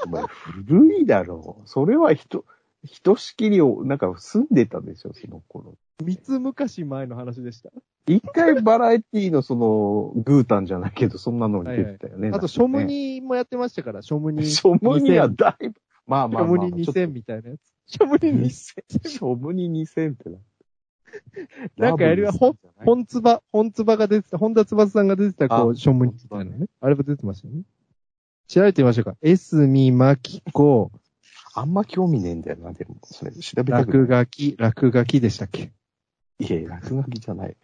S2: お前古いだろう。それはひと、ひとしきりを、なんか住んでたでしょ、その頃。
S3: 三つ昔前の話でした。
S2: 一回バラエティのその、グータンじゃないけど、そんなのに出てたよね。
S3: あと、ショムニもやってましたから、ショムニ。
S2: ショムニはだいぶ、まあ
S3: シ
S2: まあ
S3: ョ
S2: まあ、
S3: ムニ
S2: ちょっと
S3: 2000みたいなやつ。ショムニ2000。
S2: ショムニ2000ってな。
S3: なんかやりはほん
S2: ほん、
S3: 本つば、本つばが出てた、本田つばさんが出てた、こう、
S2: あ
S3: ショムニみたいなね。あれも出てましたよね。調べてみましょうか。江住真紀子、
S2: あんま興味ねえんだよな、でも。それ調べたく
S3: 落
S2: ない。
S3: 書き、落書きでしたっけ
S2: いやいや、落書きじゃない。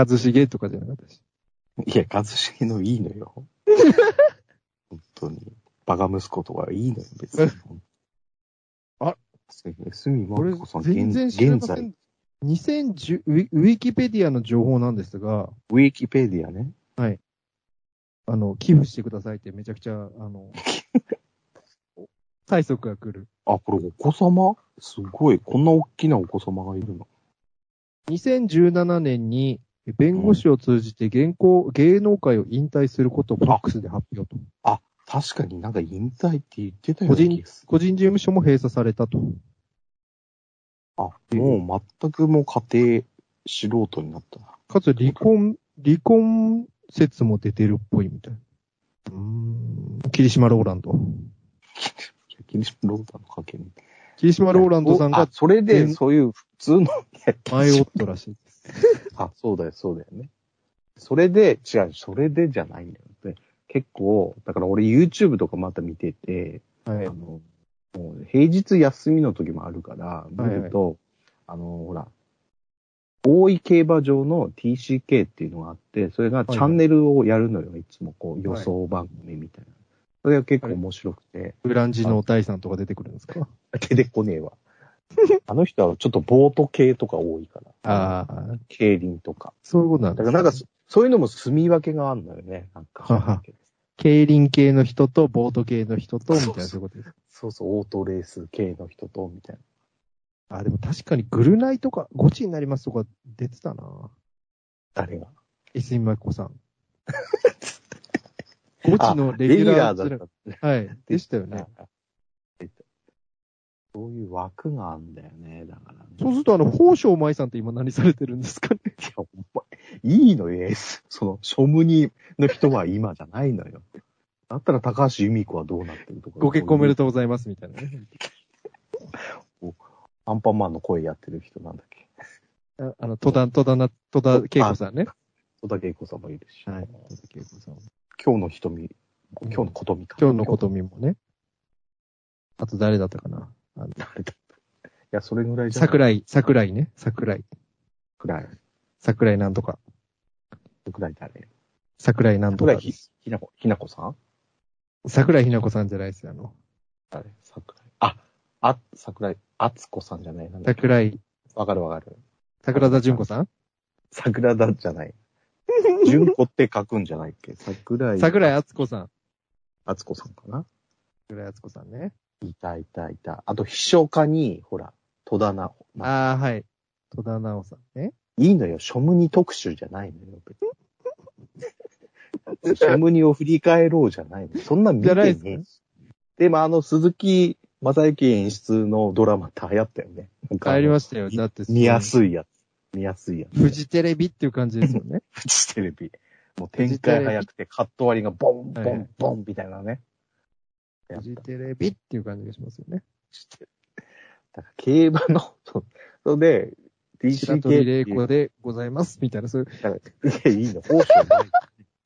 S3: 一茂とかじゃなかったし。
S2: いや、一茂のいいの よ。本当に。バカ息子とかいいのよ、別に。
S3: あ
S2: すみま
S3: これ
S2: こさん、
S3: 全然
S2: 現
S3: 知ら
S2: 現
S3: ませ
S2: 在、
S3: ん。2010ウィウィキペディアの情報なんですが、
S2: ウィキペディアね。
S3: あの、寄付してくださいってめちゃくちゃ、あ の、催促が来る。
S2: あ、これお子様すごい。こんな大きなお子様がいるの。
S3: 2017年に弁護士を通じて現行、芸能界を引退することをファックスで発表と。
S2: 確かになんか引退って言ってたよ
S3: 個人
S2: ね。
S3: 個人事務所も閉鎖されたと。
S2: あ、もう全くもう家庭素人になったな。
S3: かつ離婚、離婚説も出てるっぽいみたいな。うーん。霧島ローランド。
S2: キリシロータの家系に。
S3: 霧島ローランドさん
S2: あ
S3: が、
S2: それで
S3: 全
S2: そういう普通の、
S3: 前をったらしい。
S2: あ、そうだよ、そうだよね。それで、違う、それでじゃないんだよ。で結構、だから俺 YouTube とかまた見てて、
S3: はい
S2: あ。の、もう平日休みの時もあるから、見ると、あの、ほら、大井競馬場の TCK っていうのがあって、それが
S3: はい
S2: チャンネルをやるのよ、いつもこう予想番組みたいな。それが結構面白くて、
S3: ブランジの大さんとか出てくるんですか
S2: 出てこねえわ。あの人はちょっとボート系とか多いから。
S3: ああ、
S2: 競輪とか。
S3: そういうことなん
S2: だ
S3: で
S2: か
S3: す
S2: ら
S3: ね
S2: なんかそ、そういうのも住み分けがあるんだよね。なんか
S3: はは競輪系の人と、ボート系の人と、みたいなそういうことです。
S2: そうそう、オートレース系の人と、みたいな。
S3: あ、でも確かにグルナイとか、ゴチになりますとか出てたな
S2: 誰が。
S3: エスミマコさ ん。ゴチのレギュラー
S2: レギュラだっ
S3: はい。でしたよ
S2: た
S3: ね
S2: ね。。そういう枠があるんだよね、だからね。
S3: そうすると、あの、宝生舞さんって今何されてるんですか ね。
S2: いや、お前、いいのよ、エース。その、ショムニの人は今じゃないのよ。だったら高橋由美子はどうなってるとか。
S3: ご結婚おめでとうございます、みたいなね。
S2: アンパンマンの声やってる人なんだっけ。
S3: ああの、戸田、戸田な、戸田恵子さんね。
S2: 戸田恵子さんもいるし。
S3: はい。戸田恵子さん。
S2: 今日の瞳、今日のことみか。
S3: 今日のことみもね。あと誰だったかなあの
S2: 誰だったいや、それぐらいじゃない。
S3: 桜井、桜井ね。桜井。
S2: 桜井。
S3: 桜井なんとか。
S2: 桜井誰
S3: 桜井なんと
S2: 桜
S3: か
S2: 井
S3: で
S2: ひ
S3: す。
S2: ひなこ、ひなこさん
S3: 桜井ひなこさんじゃないですよ。あの、
S2: 誰桜井。あ、あ、桜井、あつこさんじゃない。なんだっけ
S3: 桜井、
S2: わかるわかる。
S3: 桜田淳子さん
S2: 桜田じゃない。純子って書くんじゃないっけ桜井。
S3: 桜井敦子さん。
S2: あつこさんかな
S3: 桜井敦子さんね。
S2: いたいたいた。あと、秘書課に、ほら、戸田な。まあ
S3: ああ、はい。戸田直さんね。
S2: いいのよ、ショムニ特集じゃないのよ、別に ショムニを振り返ろうじゃないの。そんなん見
S3: じ
S2: て
S3: ゃない
S2: ね
S3: です
S2: え
S3: ね
S2: で、まあ、あの、鈴木正幸演出のドラマって流行ったよね。なんか
S3: 帰りましたよ。
S2: い
S3: だって、
S2: 見やすいやつ。見やすいや つ。
S3: フジテレビっていう感じですよね。
S2: フジテレビ。もう展開早くてカット割りがボン、ボ
S3: はい
S2: ン、ボンみたいなね。やっ
S3: フ
S2: た
S3: ジテレビっていう感じがしますよね。
S2: だから競馬の、そうそれで、
S3: 白
S2: DCK って
S3: 鳥玲
S2: いう
S3: 子でございます、みたいな、そういう。
S2: いや、いいの、報酬ない。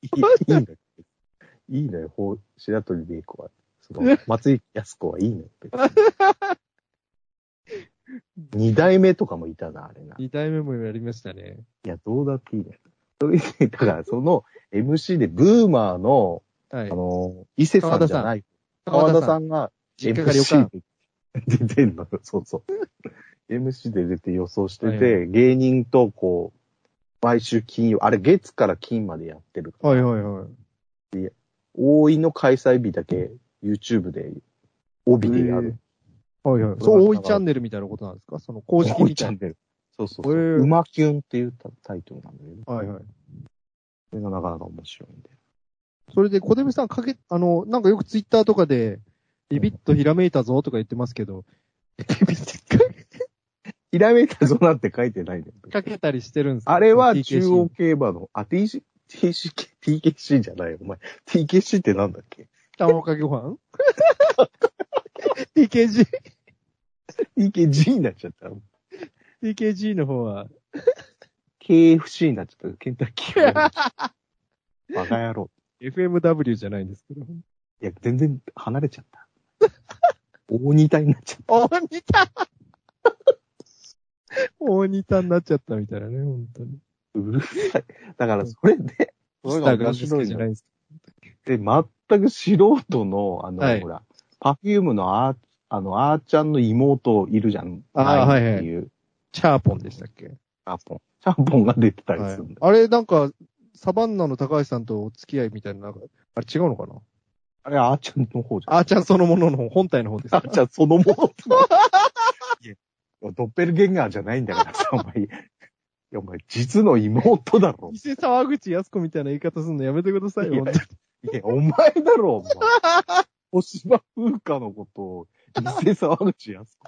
S2: いいいいの。いいのよ、報白鳥玲子は。その、松井康子はいいのよ、別に。二代目とかもいたな、あれな。い
S3: 二代目もやりましたね。
S2: や、どうだっていいのよ。それで、だから、その MC で、ブーマーの、
S3: はい
S2: あ。の、伊勢さんじゃない。川田さ
S3: ん、
S2: んが
S3: 実家が旅館
S2: MC。で 出てんのよ、そうそう。MC で出て予想してて、
S3: はい
S2: 芸人とこう、毎週金曜、あれ月から金までやってるから
S3: はいはいはい。
S2: 大井の開催日だけ YouTube で帯でやる。
S3: はいはい。
S2: そ
S3: そうう、大井チャンネルみたいなことなんですかその公 式
S2: 大井
S3: に
S2: チャンネル。そうそうそう。
S3: へー
S2: うまきゅんっていうタイトルなんだけど、
S3: はいはい。
S2: それがなかなか面白いんで。
S3: それで、小出さんかけ、あの、なんかよくツイッターとかで、ビビッとひらめいたぞとか言ってますけど、ビビッと
S2: ひらめいたぞなんて書いてないんだよ。
S3: かけたりしてるんですか
S2: あれは
S3: TKC
S2: 中央競馬の、あ、TC、TCK、TKC じゃないよ、お前。TKC ってなんだっけ
S3: 卵かけご 飯 ?TKG、
S2: ?TKG になっちゃった。
S3: TKG の方は、
S2: KFC になっちゃった。ケンタッキ ー。バカ野郎。
S3: FMW じゃないんですけど。
S2: いや、全然離れちゃった。大似たになっちゃった。
S3: 大似た大似たになっちゃったみたいなね、本当に。
S2: うるさい。だからそれで、それが面白い
S3: じゃ
S2: の
S3: ないです
S2: で、全く素人の、あの、
S3: はい
S2: ほら、パフュームのあー、あの、あーちゃんの妹いるじゃん。
S3: あー
S2: ナインっていう、
S3: チャーポンでしたっけ
S2: あポン。シャンポンが出てたり
S3: はい
S2: するんだよ。
S3: あれ、なんか、サバンナの高橋さんとお付き合いみたいな、なんかあれ違うのかな
S2: あれ、あーちゃんの方じゃん。
S3: あーちゃんそのものの本体の方です
S2: あ
S3: か
S2: ーちゃんそのもの。いやドッペルゲンガーじゃないんだ からさ、お前。いや、お前、実の妹だろ。
S3: 伊勢沢口康子みたいな言い方するのやめてください
S2: いや
S3: よ。本当に
S2: いや、お前だろ、お前。星葉風花のことを、伊勢沢口康子。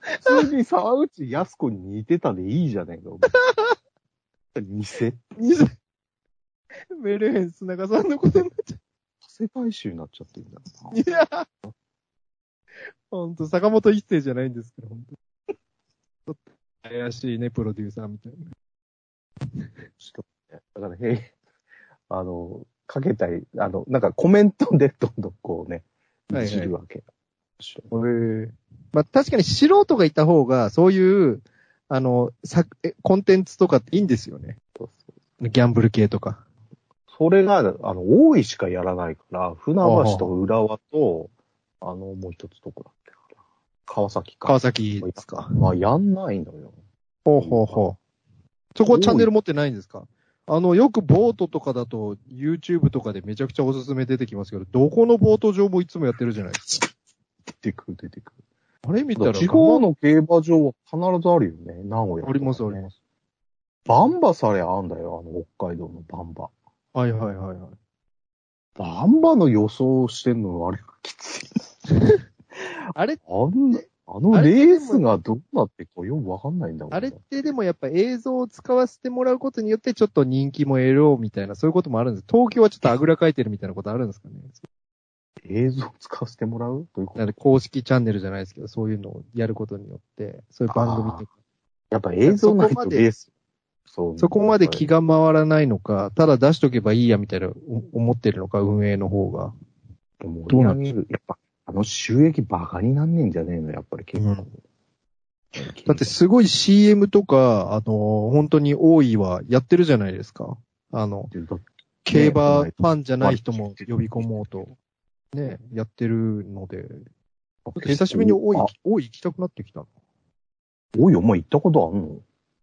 S2: 普通に沢口康子に似てたでいいじゃねえか、お 前。偽
S3: 伊勢メルヘンス中さんのことになっちゃ
S2: 世界集になっちゃってるんだろう
S3: う。いやほんと、坂本一世じゃないんですけど、ほんと。ちょっと怪しいね、プロデューサーみたいな。
S2: な。しかもねだから、へ い、あの、かけたり、あの、なんかコメントでどんどんこうね、
S3: はいはい
S2: いじるわけ。
S3: へまあ確かに素人がいた方が、そういう、あの、さえコンテンツとかっていいんですよね。
S2: そうそう
S3: ギャンブル系とか。
S2: それが、あの、大井しかやらないから、船橋と浦和と、あの、もう一つどこだっけかな。川崎か。
S3: 川崎ですか。
S2: まあ、やんないのよ。
S3: ほうほうほう。そこチャンネル持ってないんですかあの、よくボートとかだと、YouTube とかでめちゃくちゃおすすめ出てきますけど、どこのボート場もいつもやってるじゃないですか。
S2: 出てくる、出てく
S3: あれ見たら、
S2: る。地方の競馬場は必ずあるよね、名古屋、。
S3: ありますあります
S2: バンバされあんだよ、あの、北海道のバンバ。
S3: はいはいはいはい。
S2: バンバの予想してんの、あれがきつい。
S3: あれ、
S2: あんな、あのレースがどうなってこうよくわかんないんだもん。
S3: あれってでもやっぱ映像を使わせてもらうことによってちょっと人気も得ろうみたいな、そういうこともあるんです。東京はちょっとあぐらかいてるみたいなことあるんですかね。
S2: 映像使わせてもらうどういうこ
S3: な
S2: と
S3: んで公式チャンネルじゃないですけど、そういうのをやることによって、そういう番組とか
S2: やっぱ映像ないとレース。そう。
S3: そこまで気が回らないのか、ただ出しとけばいいやみたいなお思ってるのか、運営の方が。
S2: 盛
S3: ど
S2: り
S3: うな
S2: 上
S3: ん
S2: げる。やっぱ、あの収益バカになんねえんじゃねえの、やっぱり結構。
S3: だってすごい CM とか、あの、本当に多いはやってるじゃないですか。あの、
S2: だって
S3: 競馬ファンじゃない人も呼び込もうと。ね、やってるので。久しぶりに多い
S2: あ、
S3: 多い行きたくなってきたな。
S2: 多いお前行ったことあんの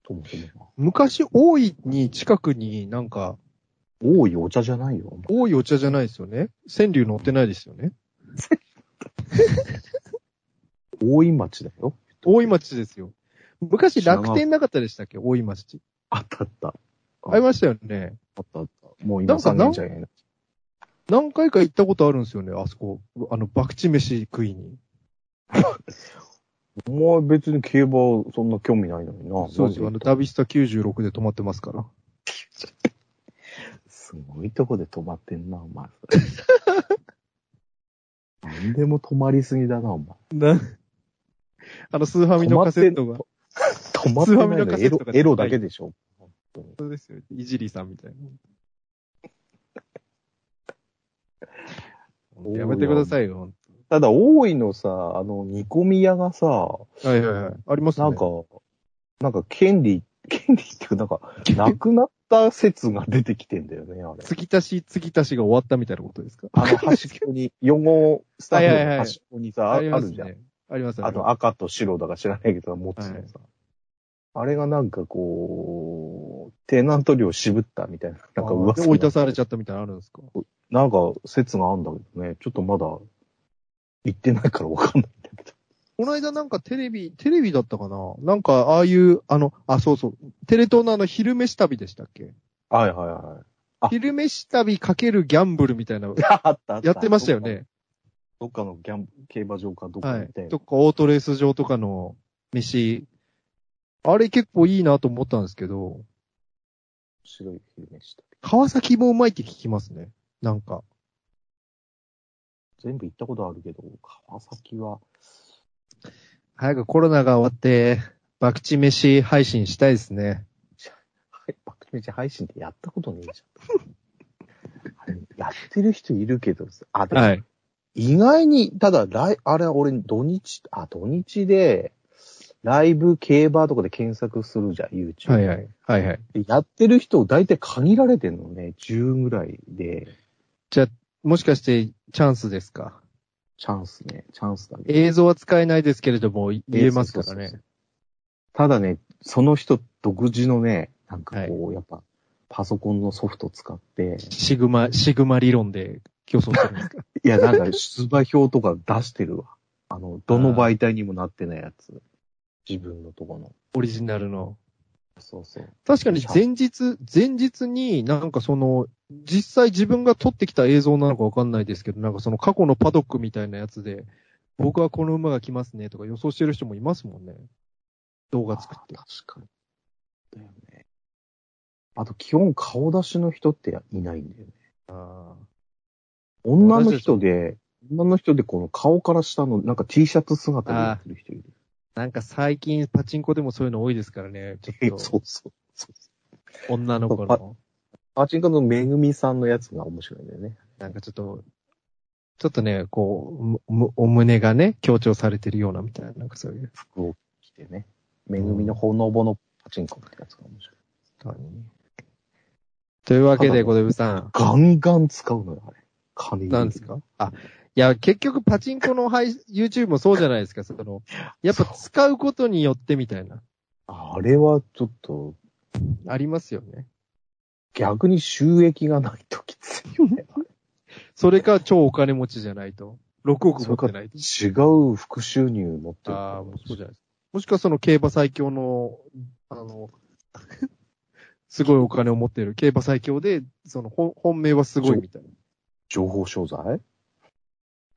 S2: ともそも
S3: 昔、多いに近くになんか、
S2: 多いお茶じゃないよ。
S3: 多いお茶じゃないですよね。川柳乗ってないですよね。
S2: 大井町だよ。
S3: 大井町ですよ。昔楽天なかったでしたっけ大井町。
S2: あったあった。
S3: ありましたよね。
S2: あったあった。もう今3年じゃないな。
S3: 何回か行ったことあるんですよね、あそこ。あの、爆地飯食いに。
S2: お前別に競馬そんな興味ないのにな。
S3: そうですよ。あ
S2: なん
S3: の、
S2: で行っ
S3: 旅スタ96で泊まってますから。
S2: すごいとこで止まってんな、お前。 何でも止まりすぎだな、お前。
S3: あの、スーファミのカセットが。
S2: 止まって
S3: つ
S2: ない
S3: まみの
S2: の
S3: カセ
S2: エ
S3: ット
S2: ロ
S3: とか、
S2: エロだけでしょ。
S3: そうですよ。いじりさんみ たいな。やめてくだ
S2: い。
S3: さいよ、ほん
S2: ただ、大井のさ、あの、煮込み屋がさ、
S3: とはいはいはい。ありますね。
S2: なんか、なんか、権利、 権利っていうか、なんか、なくなった説が出てきてんだよね、あれ。
S3: 継ぎ足し、継ぎ足しが終わったみたいなことですか
S2: あの、端っこ に、4号スタジ
S3: はい
S2: オ
S3: はいは
S2: の
S3: い
S2: 端っこにさ、ああ
S3: り
S2: る
S3: ます
S2: じゃん。
S3: ね。あります
S2: あ
S3: り
S2: の、
S3: ます
S2: 赤と白だか知らないけど、持つのさ。あれがなんかこう、テナント料渋ったみたいな、なんか
S3: で
S2: 噂。
S3: 追い出されち
S2: ゃ
S3: ゃったみたいなのあるんですか
S2: なんか説があるんだけどね、ちょっとまだ、言ってないからわかんないんだけど。
S3: この間なんかテレビ、テレビだったかななんか、ああいう、あの、あ、そうそう。テレ東のあの、昼飯旅でしたっけ
S2: はいはいはい。あ
S3: 昼飯旅かけるギャンブルみたいな、
S2: あったあった
S3: やってましたよね。
S2: どっかのギャン、競馬場かどっか
S3: は
S2: み
S3: い
S2: たい。な。
S3: とか、オートレース場とかの飯。あれ結構いいなと思ったんですけど、
S2: 白い昼飯した。
S3: 川崎もうまいって聞きますね。なんか。
S2: 全部行ったことあるけど、川崎は、
S3: 早くコロナが終わって、バクチ飯配信したいですね。
S2: はい、バックメジ配信ってやったことねえじゃん。あ れやってる人いるけど、あ、でも
S3: はい。
S2: 意外に、ただ、ライ、あれは俺、土日、あ、土日で、ライブ、競馬とかで検索するじゃん、YouTube。
S3: はいはい。はいはい。
S2: でやってる人、大体限られてんのね、10ぐらいで、
S3: もしかして、チャンスですか
S2: チャンスね、チャンスだね。
S3: 映像は使えないですけれども、い言えますから
S2: そうそうそ
S3: ね
S2: う。。ただね、その人独自のね、なんかこう、やっぱ、パソコンのソフト使って、
S3: シグマ、シグマ理論で競争するんですか
S2: いや、なんか出馬表とか出してるわ。あの、どの媒体にもなってないやつ。自分のとこの。
S3: オリジナルの。
S2: そうそう。
S3: 確かに前日、前日になんかその、実際自分が撮ってきた映像なのかわかんないですけど、なんかその過去のパドックみたいなやつで、僕はこの馬が来ますねとか予想してる人もいますもんね。動画作って
S2: あ。確かに。だよね。あと、基本顔出しの人っていないんだよね。
S3: あ
S2: 女の人で、女の人でこの顔から下のなんか T シャツ姿でやってる人いる。
S3: ーなんか最近パチンコでもそういうの多いですからね。ち ょっと、
S2: そうそう。そう
S3: 女の子
S2: パ
S3: の。
S2: パチンコのめぐみさんのやつが面白いんだよね。
S3: なんかちょっと、ちょっとね、こうむ、むお胸がね、強調されてるようなみたいな、なんかそういう。
S2: 服を着てね。めぐみのほのぼのパチンコってやつが面白い。
S3: というわけ
S2: た
S3: で、
S2: だ
S3: 小出さん。
S2: ガンガン使うのよ、あれ。金入れて
S3: なんですかあ、いや、結局パチンコの配、YouTube もそうじゃないですか、その、やっぱ使うことによってみたいな、
S2: あれはちょっと、
S3: ありますよね。
S2: 逆に収益がないときついよね。
S3: それか超お金持ちじゃないと。6億持
S2: それ
S3: っ
S2: か
S3: てないと。
S2: 違う副収入持ってる
S3: ああ、もうそうじゃないですか。もしくはその競馬最強の、あの、 すごいお金を持ってる。競馬最強で、その本、本命はすごいみたいな。
S2: 情報商材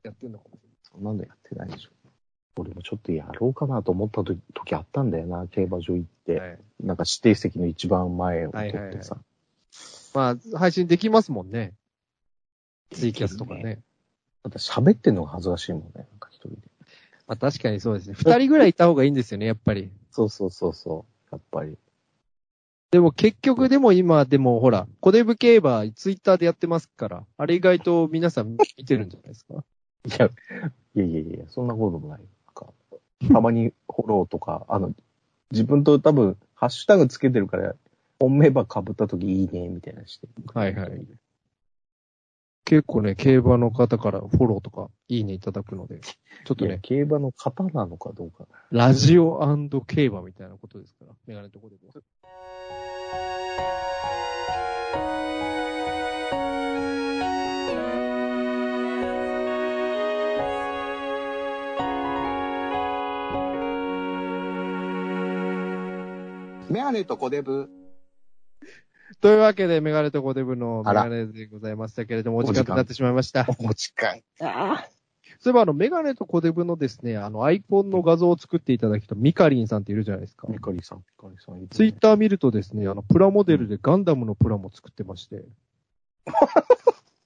S3: やってんのかもしれない。
S2: そんなのやってないでしょ。俺もちょっとやろうかなと思ったと時あったんだよな、競馬場行って。
S3: はい
S2: なんか指定席の一番前を取ってさ。
S3: はいはいはいまあ、配信できますもんね。ツイキャスとかね。
S2: また喋ってんのが恥ずかしいもんね、なんか一人で。
S3: まあ確かにそうですね。二人ぐらいいた方がいいんですよね、やっぱり。
S2: そうそうそうそう。やっぱり。
S3: でも結局でも今、でもほら、コデブ競馬、ツイッターでやってますから、あれ意外と皆さん見てるんじゃないですか。
S2: いや、いやいやいや、そんなこともない。なんかたまにフォローとか、あの、自分と多分、ハッシュタグつけてるから、本命馬被った時いいね、みたいなして。
S3: はいはい。結構ね、競馬の方からフォローとか、いいねいただくので、ちょっ
S2: い
S3: と
S2: や、
S3: ね、
S2: 競馬の方なのかどうか。
S3: ラジオ競馬みたいなことですから、メガネとこでも。
S1: メガネとコデブ。
S3: というわけで、メガネとコデブのメ
S2: あら
S3: ガネでございましたけれども、お時間となってしまいました。
S1: お持ち帰り。あ
S3: そういえば、あの、メガネとコデブのですね、あの、アイコンの画像を作っていただきたミカリンさんっているじゃないですか。
S2: ミカリさん、ミカリさんいるね
S3: ツイッター見るとですね、あの、プラモデルでガンダムのプラも作ってまして、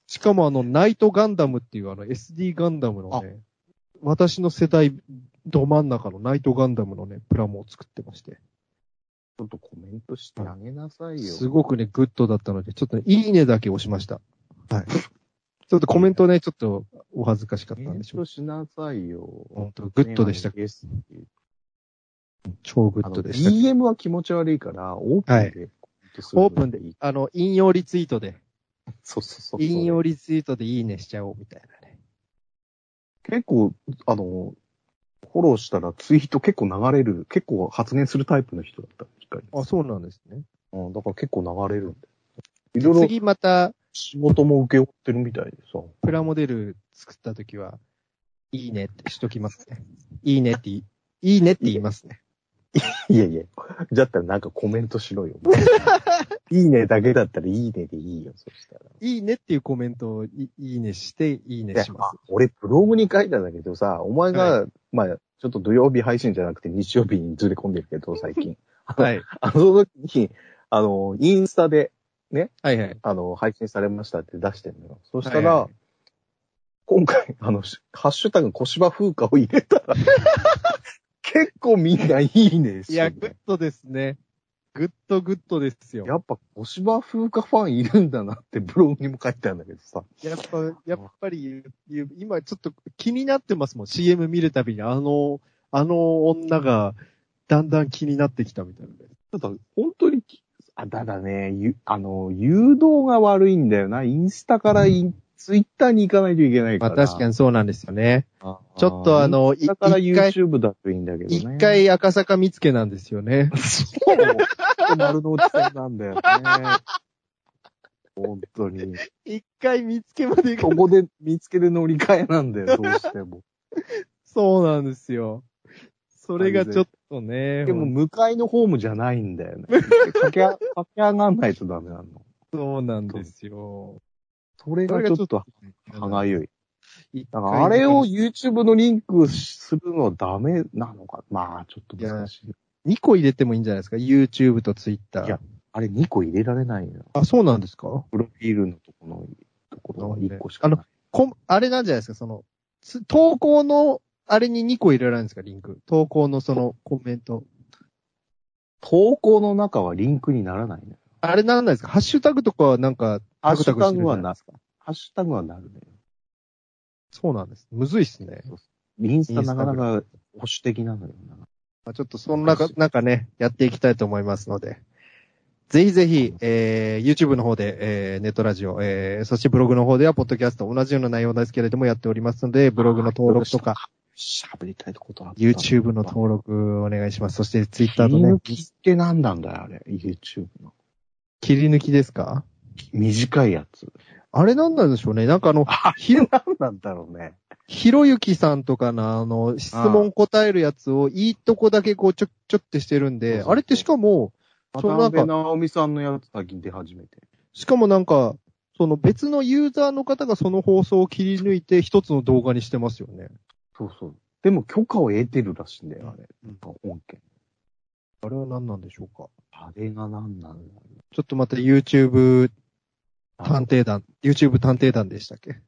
S3: しかもあの、ナイトガンダムっていうあの SD ガンダムのね、私の世代ど真ん中のナイトガンダムのね、プラモを作ってまして。
S2: ちょっとコメントしてあげなさいよ。
S3: すごくね、グッドだったので、ちょっとね、いいねだけ押しました。はい。ちょっとコメントね、ちょっとお恥ずかしかっ
S2: コ
S3: たん
S2: メン
S3: でしょう
S2: ト。しなさいよ。
S3: 本当グッドでした。
S2: メガネですっていう
S3: 超グ
S2: あ
S3: ッ
S2: の
S3: ドでした。
S2: DM は気持ち悪いから、オープンでコメントするのがい
S3: オ
S2: い。
S3: ープンで、あの、引用リツイートで、
S2: そうそうそう。
S3: 引用リツイートでいいねしちゃおうみたいなね。
S2: 結構、あの、フォローしたらツイート結構流れる、結構発言するタイプの人だった。光
S3: あ、そうなんですね。
S2: うん、だから結構流れるんで。いろいろ
S3: 次また、
S2: 仕事も請け負ってるみたいでさ。
S3: プラモデル作った時は、いいねってしときますね。いいねってい、いいねって言いますね。
S2: いやいや、だったらなんかコメントし ろよ。いいねだけだったらいいねでいいよ、そしたら。
S3: いいねっていうコメントをいいいねして、いいねします
S2: あ。俺、ブログに書いたんだけどさ、お前が、まあ、ちょっと土曜日配信じゃなくて日曜日にずれ込んでるけど、最 近。
S3: はい。
S2: あの時に、あの、インスタで、
S3: はいはい。
S2: あの、配信されましたって出してるのよ。そしたら、
S3: はいはい
S2: 今回、あの、しハッシュタグ小芝風花を入 れたら、結構みんないいねして
S3: い
S2: る
S3: や、グッドですね。グッドグッドですよ。
S2: やっぱ小芝風花ファンいるんだなってブログにも書いてあるんだけどさ。
S3: やっぱ、やっぱり、ゆ今ちょっと気になってますもん。CM 見るたびに、あの、あの女が、だんだん気になってきたみたいなね。
S2: ただ、本当に、あ、ただね、ゆあの、誘導が悪いんだよな。インスタからイン、ツイッターに行かないといけない
S3: ま
S2: か
S3: あ
S2: ら。
S3: 確かにそうなんですよね。
S2: あ。
S3: ちょっとあの、い
S2: インスタから
S3: 一回、
S2: YouTube だといいんだけどね。
S3: 一回赤坂見つけなんですよね。
S2: そう。丸の内線なんだよね。本当に。
S3: 一回見つけまで行
S2: こ
S3: く。
S2: こで見つける乗り換えな んだよ、どうしても。
S3: そうなんですよ。それがちょっとね。
S2: でも、
S3: 本
S2: 向かいのホームじゃないんだよね。駆けあ駆け上がんないとダメなの。
S3: 当そうなんですよ。
S2: それがちょっと歯がゆい。
S3: 一
S2: だ
S3: 回
S2: からあれを YouTube のリンクするのはダメなのか。まあ、ちょっと難しい。
S3: 2個入れてもいいんじゃないですか ?YouTube と Twitter。
S2: いやあれ2個入れられないのよ。
S3: あ、そうなんですか
S2: プロフィールのとこの、ところは1個しか
S3: あ
S2: ない
S3: の。こん、あれなんじゃないですかその、つ投稿の、あれに2個入れられるんですかリンク。投稿のそのコメント。
S2: 投稿の中はリンクにならないのよ。
S3: あれなんないですかハッシュタグとかはなんか、
S2: ハッシ
S3: タ
S2: ュ
S3: グタ
S2: タ
S3: グしてる
S2: グ
S3: じ
S2: は
S3: ゃない
S2: な
S3: で、
S2: ハッシュタグはなるね。
S3: そうなんです。むずいっすね。
S2: インスタなかなか保守的なのよな。
S3: まあ、ちょっとその中、なんかね、やっていきたいと思いますので。ぜひぜひ、えー、YouTube の方で、えー、ネットラジオ、えー、そしてブログの方では、ポッドキャスト、同じような内容ですけれども、やっておりますので、ブログの登録とか、
S2: 喋りたいことあった。
S3: YouTube の登録お願いします。そして Twitter
S2: 切
S3: と
S2: り
S3: ね
S2: 抜、きって何なんだよ、あれ。YouTube の。
S3: 切り抜きですか
S2: 短いやつ。
S3: あれなんなんでしょうねなんかあの、ひろ、
S2: 何なんだろうね。
S3: ひろゆきさんとかのあの、質問答えるやつを、いいとこだけこう、ちょ、ちょってしてるん
S2: そう
S3: で
S2: そ、うそう
S3: あれってしかも、
S2: 渡
S3: そうなんか
S2: 辺直美さんのやつ最近出始めて。
S3: しかもなんか、その別のユーザーの方がその放送を切り抜いて一つの動画にしてますよね。
S2: そうそう。でも許可を得てるらしいんだよ、あれ。なんか本件。
S3: あれは何なんでしょうか
S2: あれが何なんだろう
S3: ちょっとまた YouTube 探
S2: 探
S3: 偵団、YouTube 探偵団でしたっけ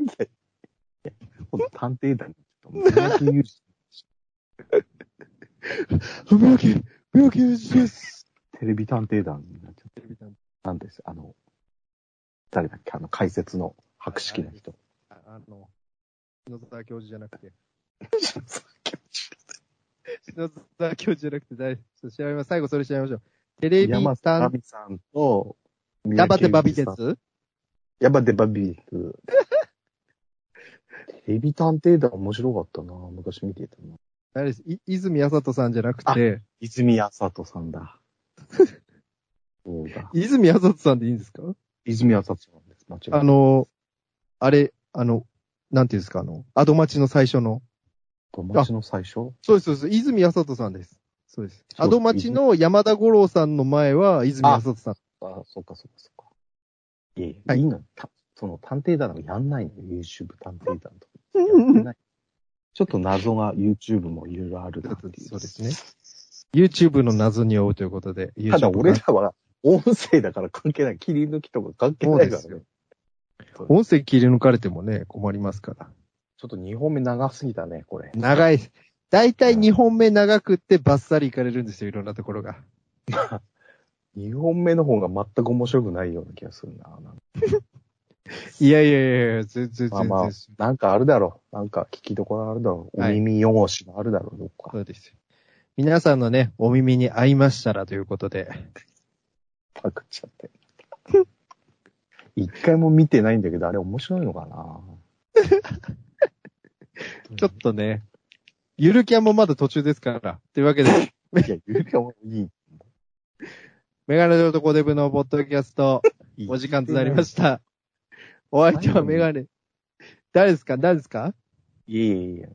S2: 偵、探偵団に行ったもん。村木雄二
S3: 病気、病気です。
S2: テレビ探偵団になっちゃって。なんですあの、誰だっけあの、解説の博識の人。
S3: ああの、篠沢教授じゃなく て、篠沢教授じゃなくて誰、ちょっと調べます。最後それ調べましょう。テレビ
S2: 山瀬バ
S3: 探
S2: ビさんと、
S3: ダバテバビで
S2: 三宅裕司さん
S3: す
S2: ヤバテバビです。テレビ探偵団面白かったな昔見てたな。
S3: 誰ですい泉谷里さんじゃなくて、
S2: 泉谷里さん だ。そうだ。
S3: 泉谷里さんでいいんですか
S2: 泉谷里さんです。間違いない
S3: あ、の、あれ、あの、なんていうんですか、あの、アドマチの最初の。
S2: 友達の最初
S3: そうです、そうです。泉谷里さんです。そうです。
S2: そう
S3: アドマチの山田五郎さんの前は泉谷里さん。
S2: あ、そっかそっかそっか。いえいえ、
S3: はい
S2: い、いの。たその探偵団なんかやんないのよ、YouTube 探偵団とか。や ってないちょっと謎が YouTube もいろいろあるなっていう。
S3: そうですね。YouTube の謎に追うということで。
S2: ただ
S3: YouTube
S2: 俺らは音声だから関係ない。切り抜きとか関係
S3: そう
S2: ない
S3: で
S2: から
S3: す
S2: ね
S3: よ。。音声切り抜かれてもね、困りますから。
S2: ちょっと2本目長すぎたね、これ。
S3: 長い。大体2本目長くってバッサリいかれるんですよ、いろんなところが。
S2: 2本目の方が全く面白くないような気がするな。なんか
S3: いやいやいやいや、全然全
S2: まあ
S3: 然。
S2: まあ、なんかあるだろう。なんか聞きどころあるだろう。お
S3: はい
S2: 耳汚しもあるだろう、どっか
S3: そうですよ。皆さんのね、お耳に合いましたらということで。
S2: パクっちゃって。一回も見てないんだけど、あれ面白いのかな
S3: ちょっとね、ゆるキャンもまだ途中ですから。というわけで、
S2: と。いや、ゆうきゃもいい。
S3: メガネのとこデブのポッドキャスト、
S2: いい
S3: お時間となりました。お相手はメガネ。誰ですか誰ですか
S2: いえいえいえ。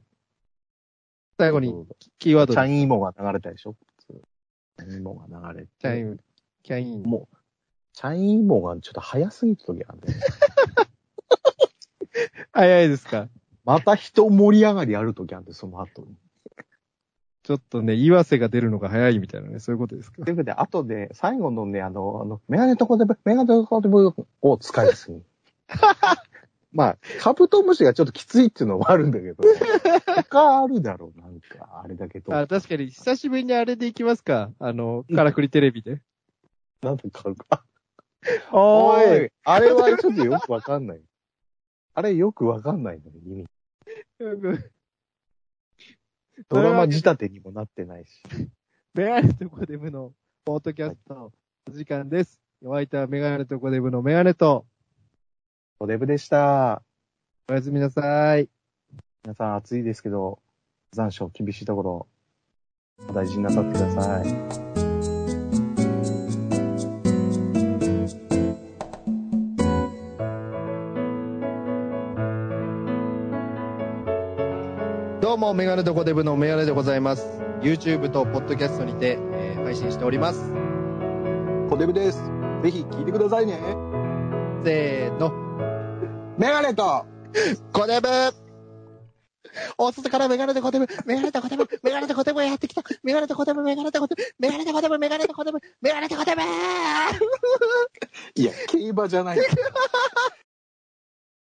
S3: 最後にキーワード
S2: チャ
S3: で
S2: インイモが流れたでしょ普通チャインイモが流れて。
S3: す。チャイン、キャイン。
S2: もう、チャインイモがちょっと早すぎた時あるね。
S3: 早いですか
S2: また人盛り上がりある時あるんで、その後に。
S3: ちょっとね、岩瀬が出るのが早いみたいなね、そういうことですか
S2: ということで、後で、最後のね、あの、あの、メガネとこでブ、メガネとこでブを使い すぎ。まあ、カブトムシがちょっときついっていうのはあるんだけど、他あるだろう、なんか、あれだけど。
S3: あ、確かに、久しぶりにあれで行きますかあの、カラクリテレビで。
S2: なんで買うか。おーい、あれはちょっとよくわかんない。あれよくわかんないのよ意味。
S3: ーい
S2: ドラマ仕立てにもなってないし。
S3: メガネとコデブのポートキャストお時間です。お相手はメガネとコデブのメガネと、
S2: おデブでした。
S3: おやすみなさい。
S2: 皆さん暑いですけど、残暑厳しいところ、お大事になさってください。
S3: どうも、メガネとコデブのメガネでございます。YouTube とポッドキャストにて、えー配信しております。
S1: コデブです。ぜひ聞いてくださいね。
S3: せーの、
S1: メガネと、
S3: コデブお外からメガネとコデブ、メガネとコデブ、メガネとコデブがやってきた。メガネとコデブ、メガネとコデブ、メガネとコデブ、メガネとコデブ、メガネとコデブ
S1: いや、競馬じゃない。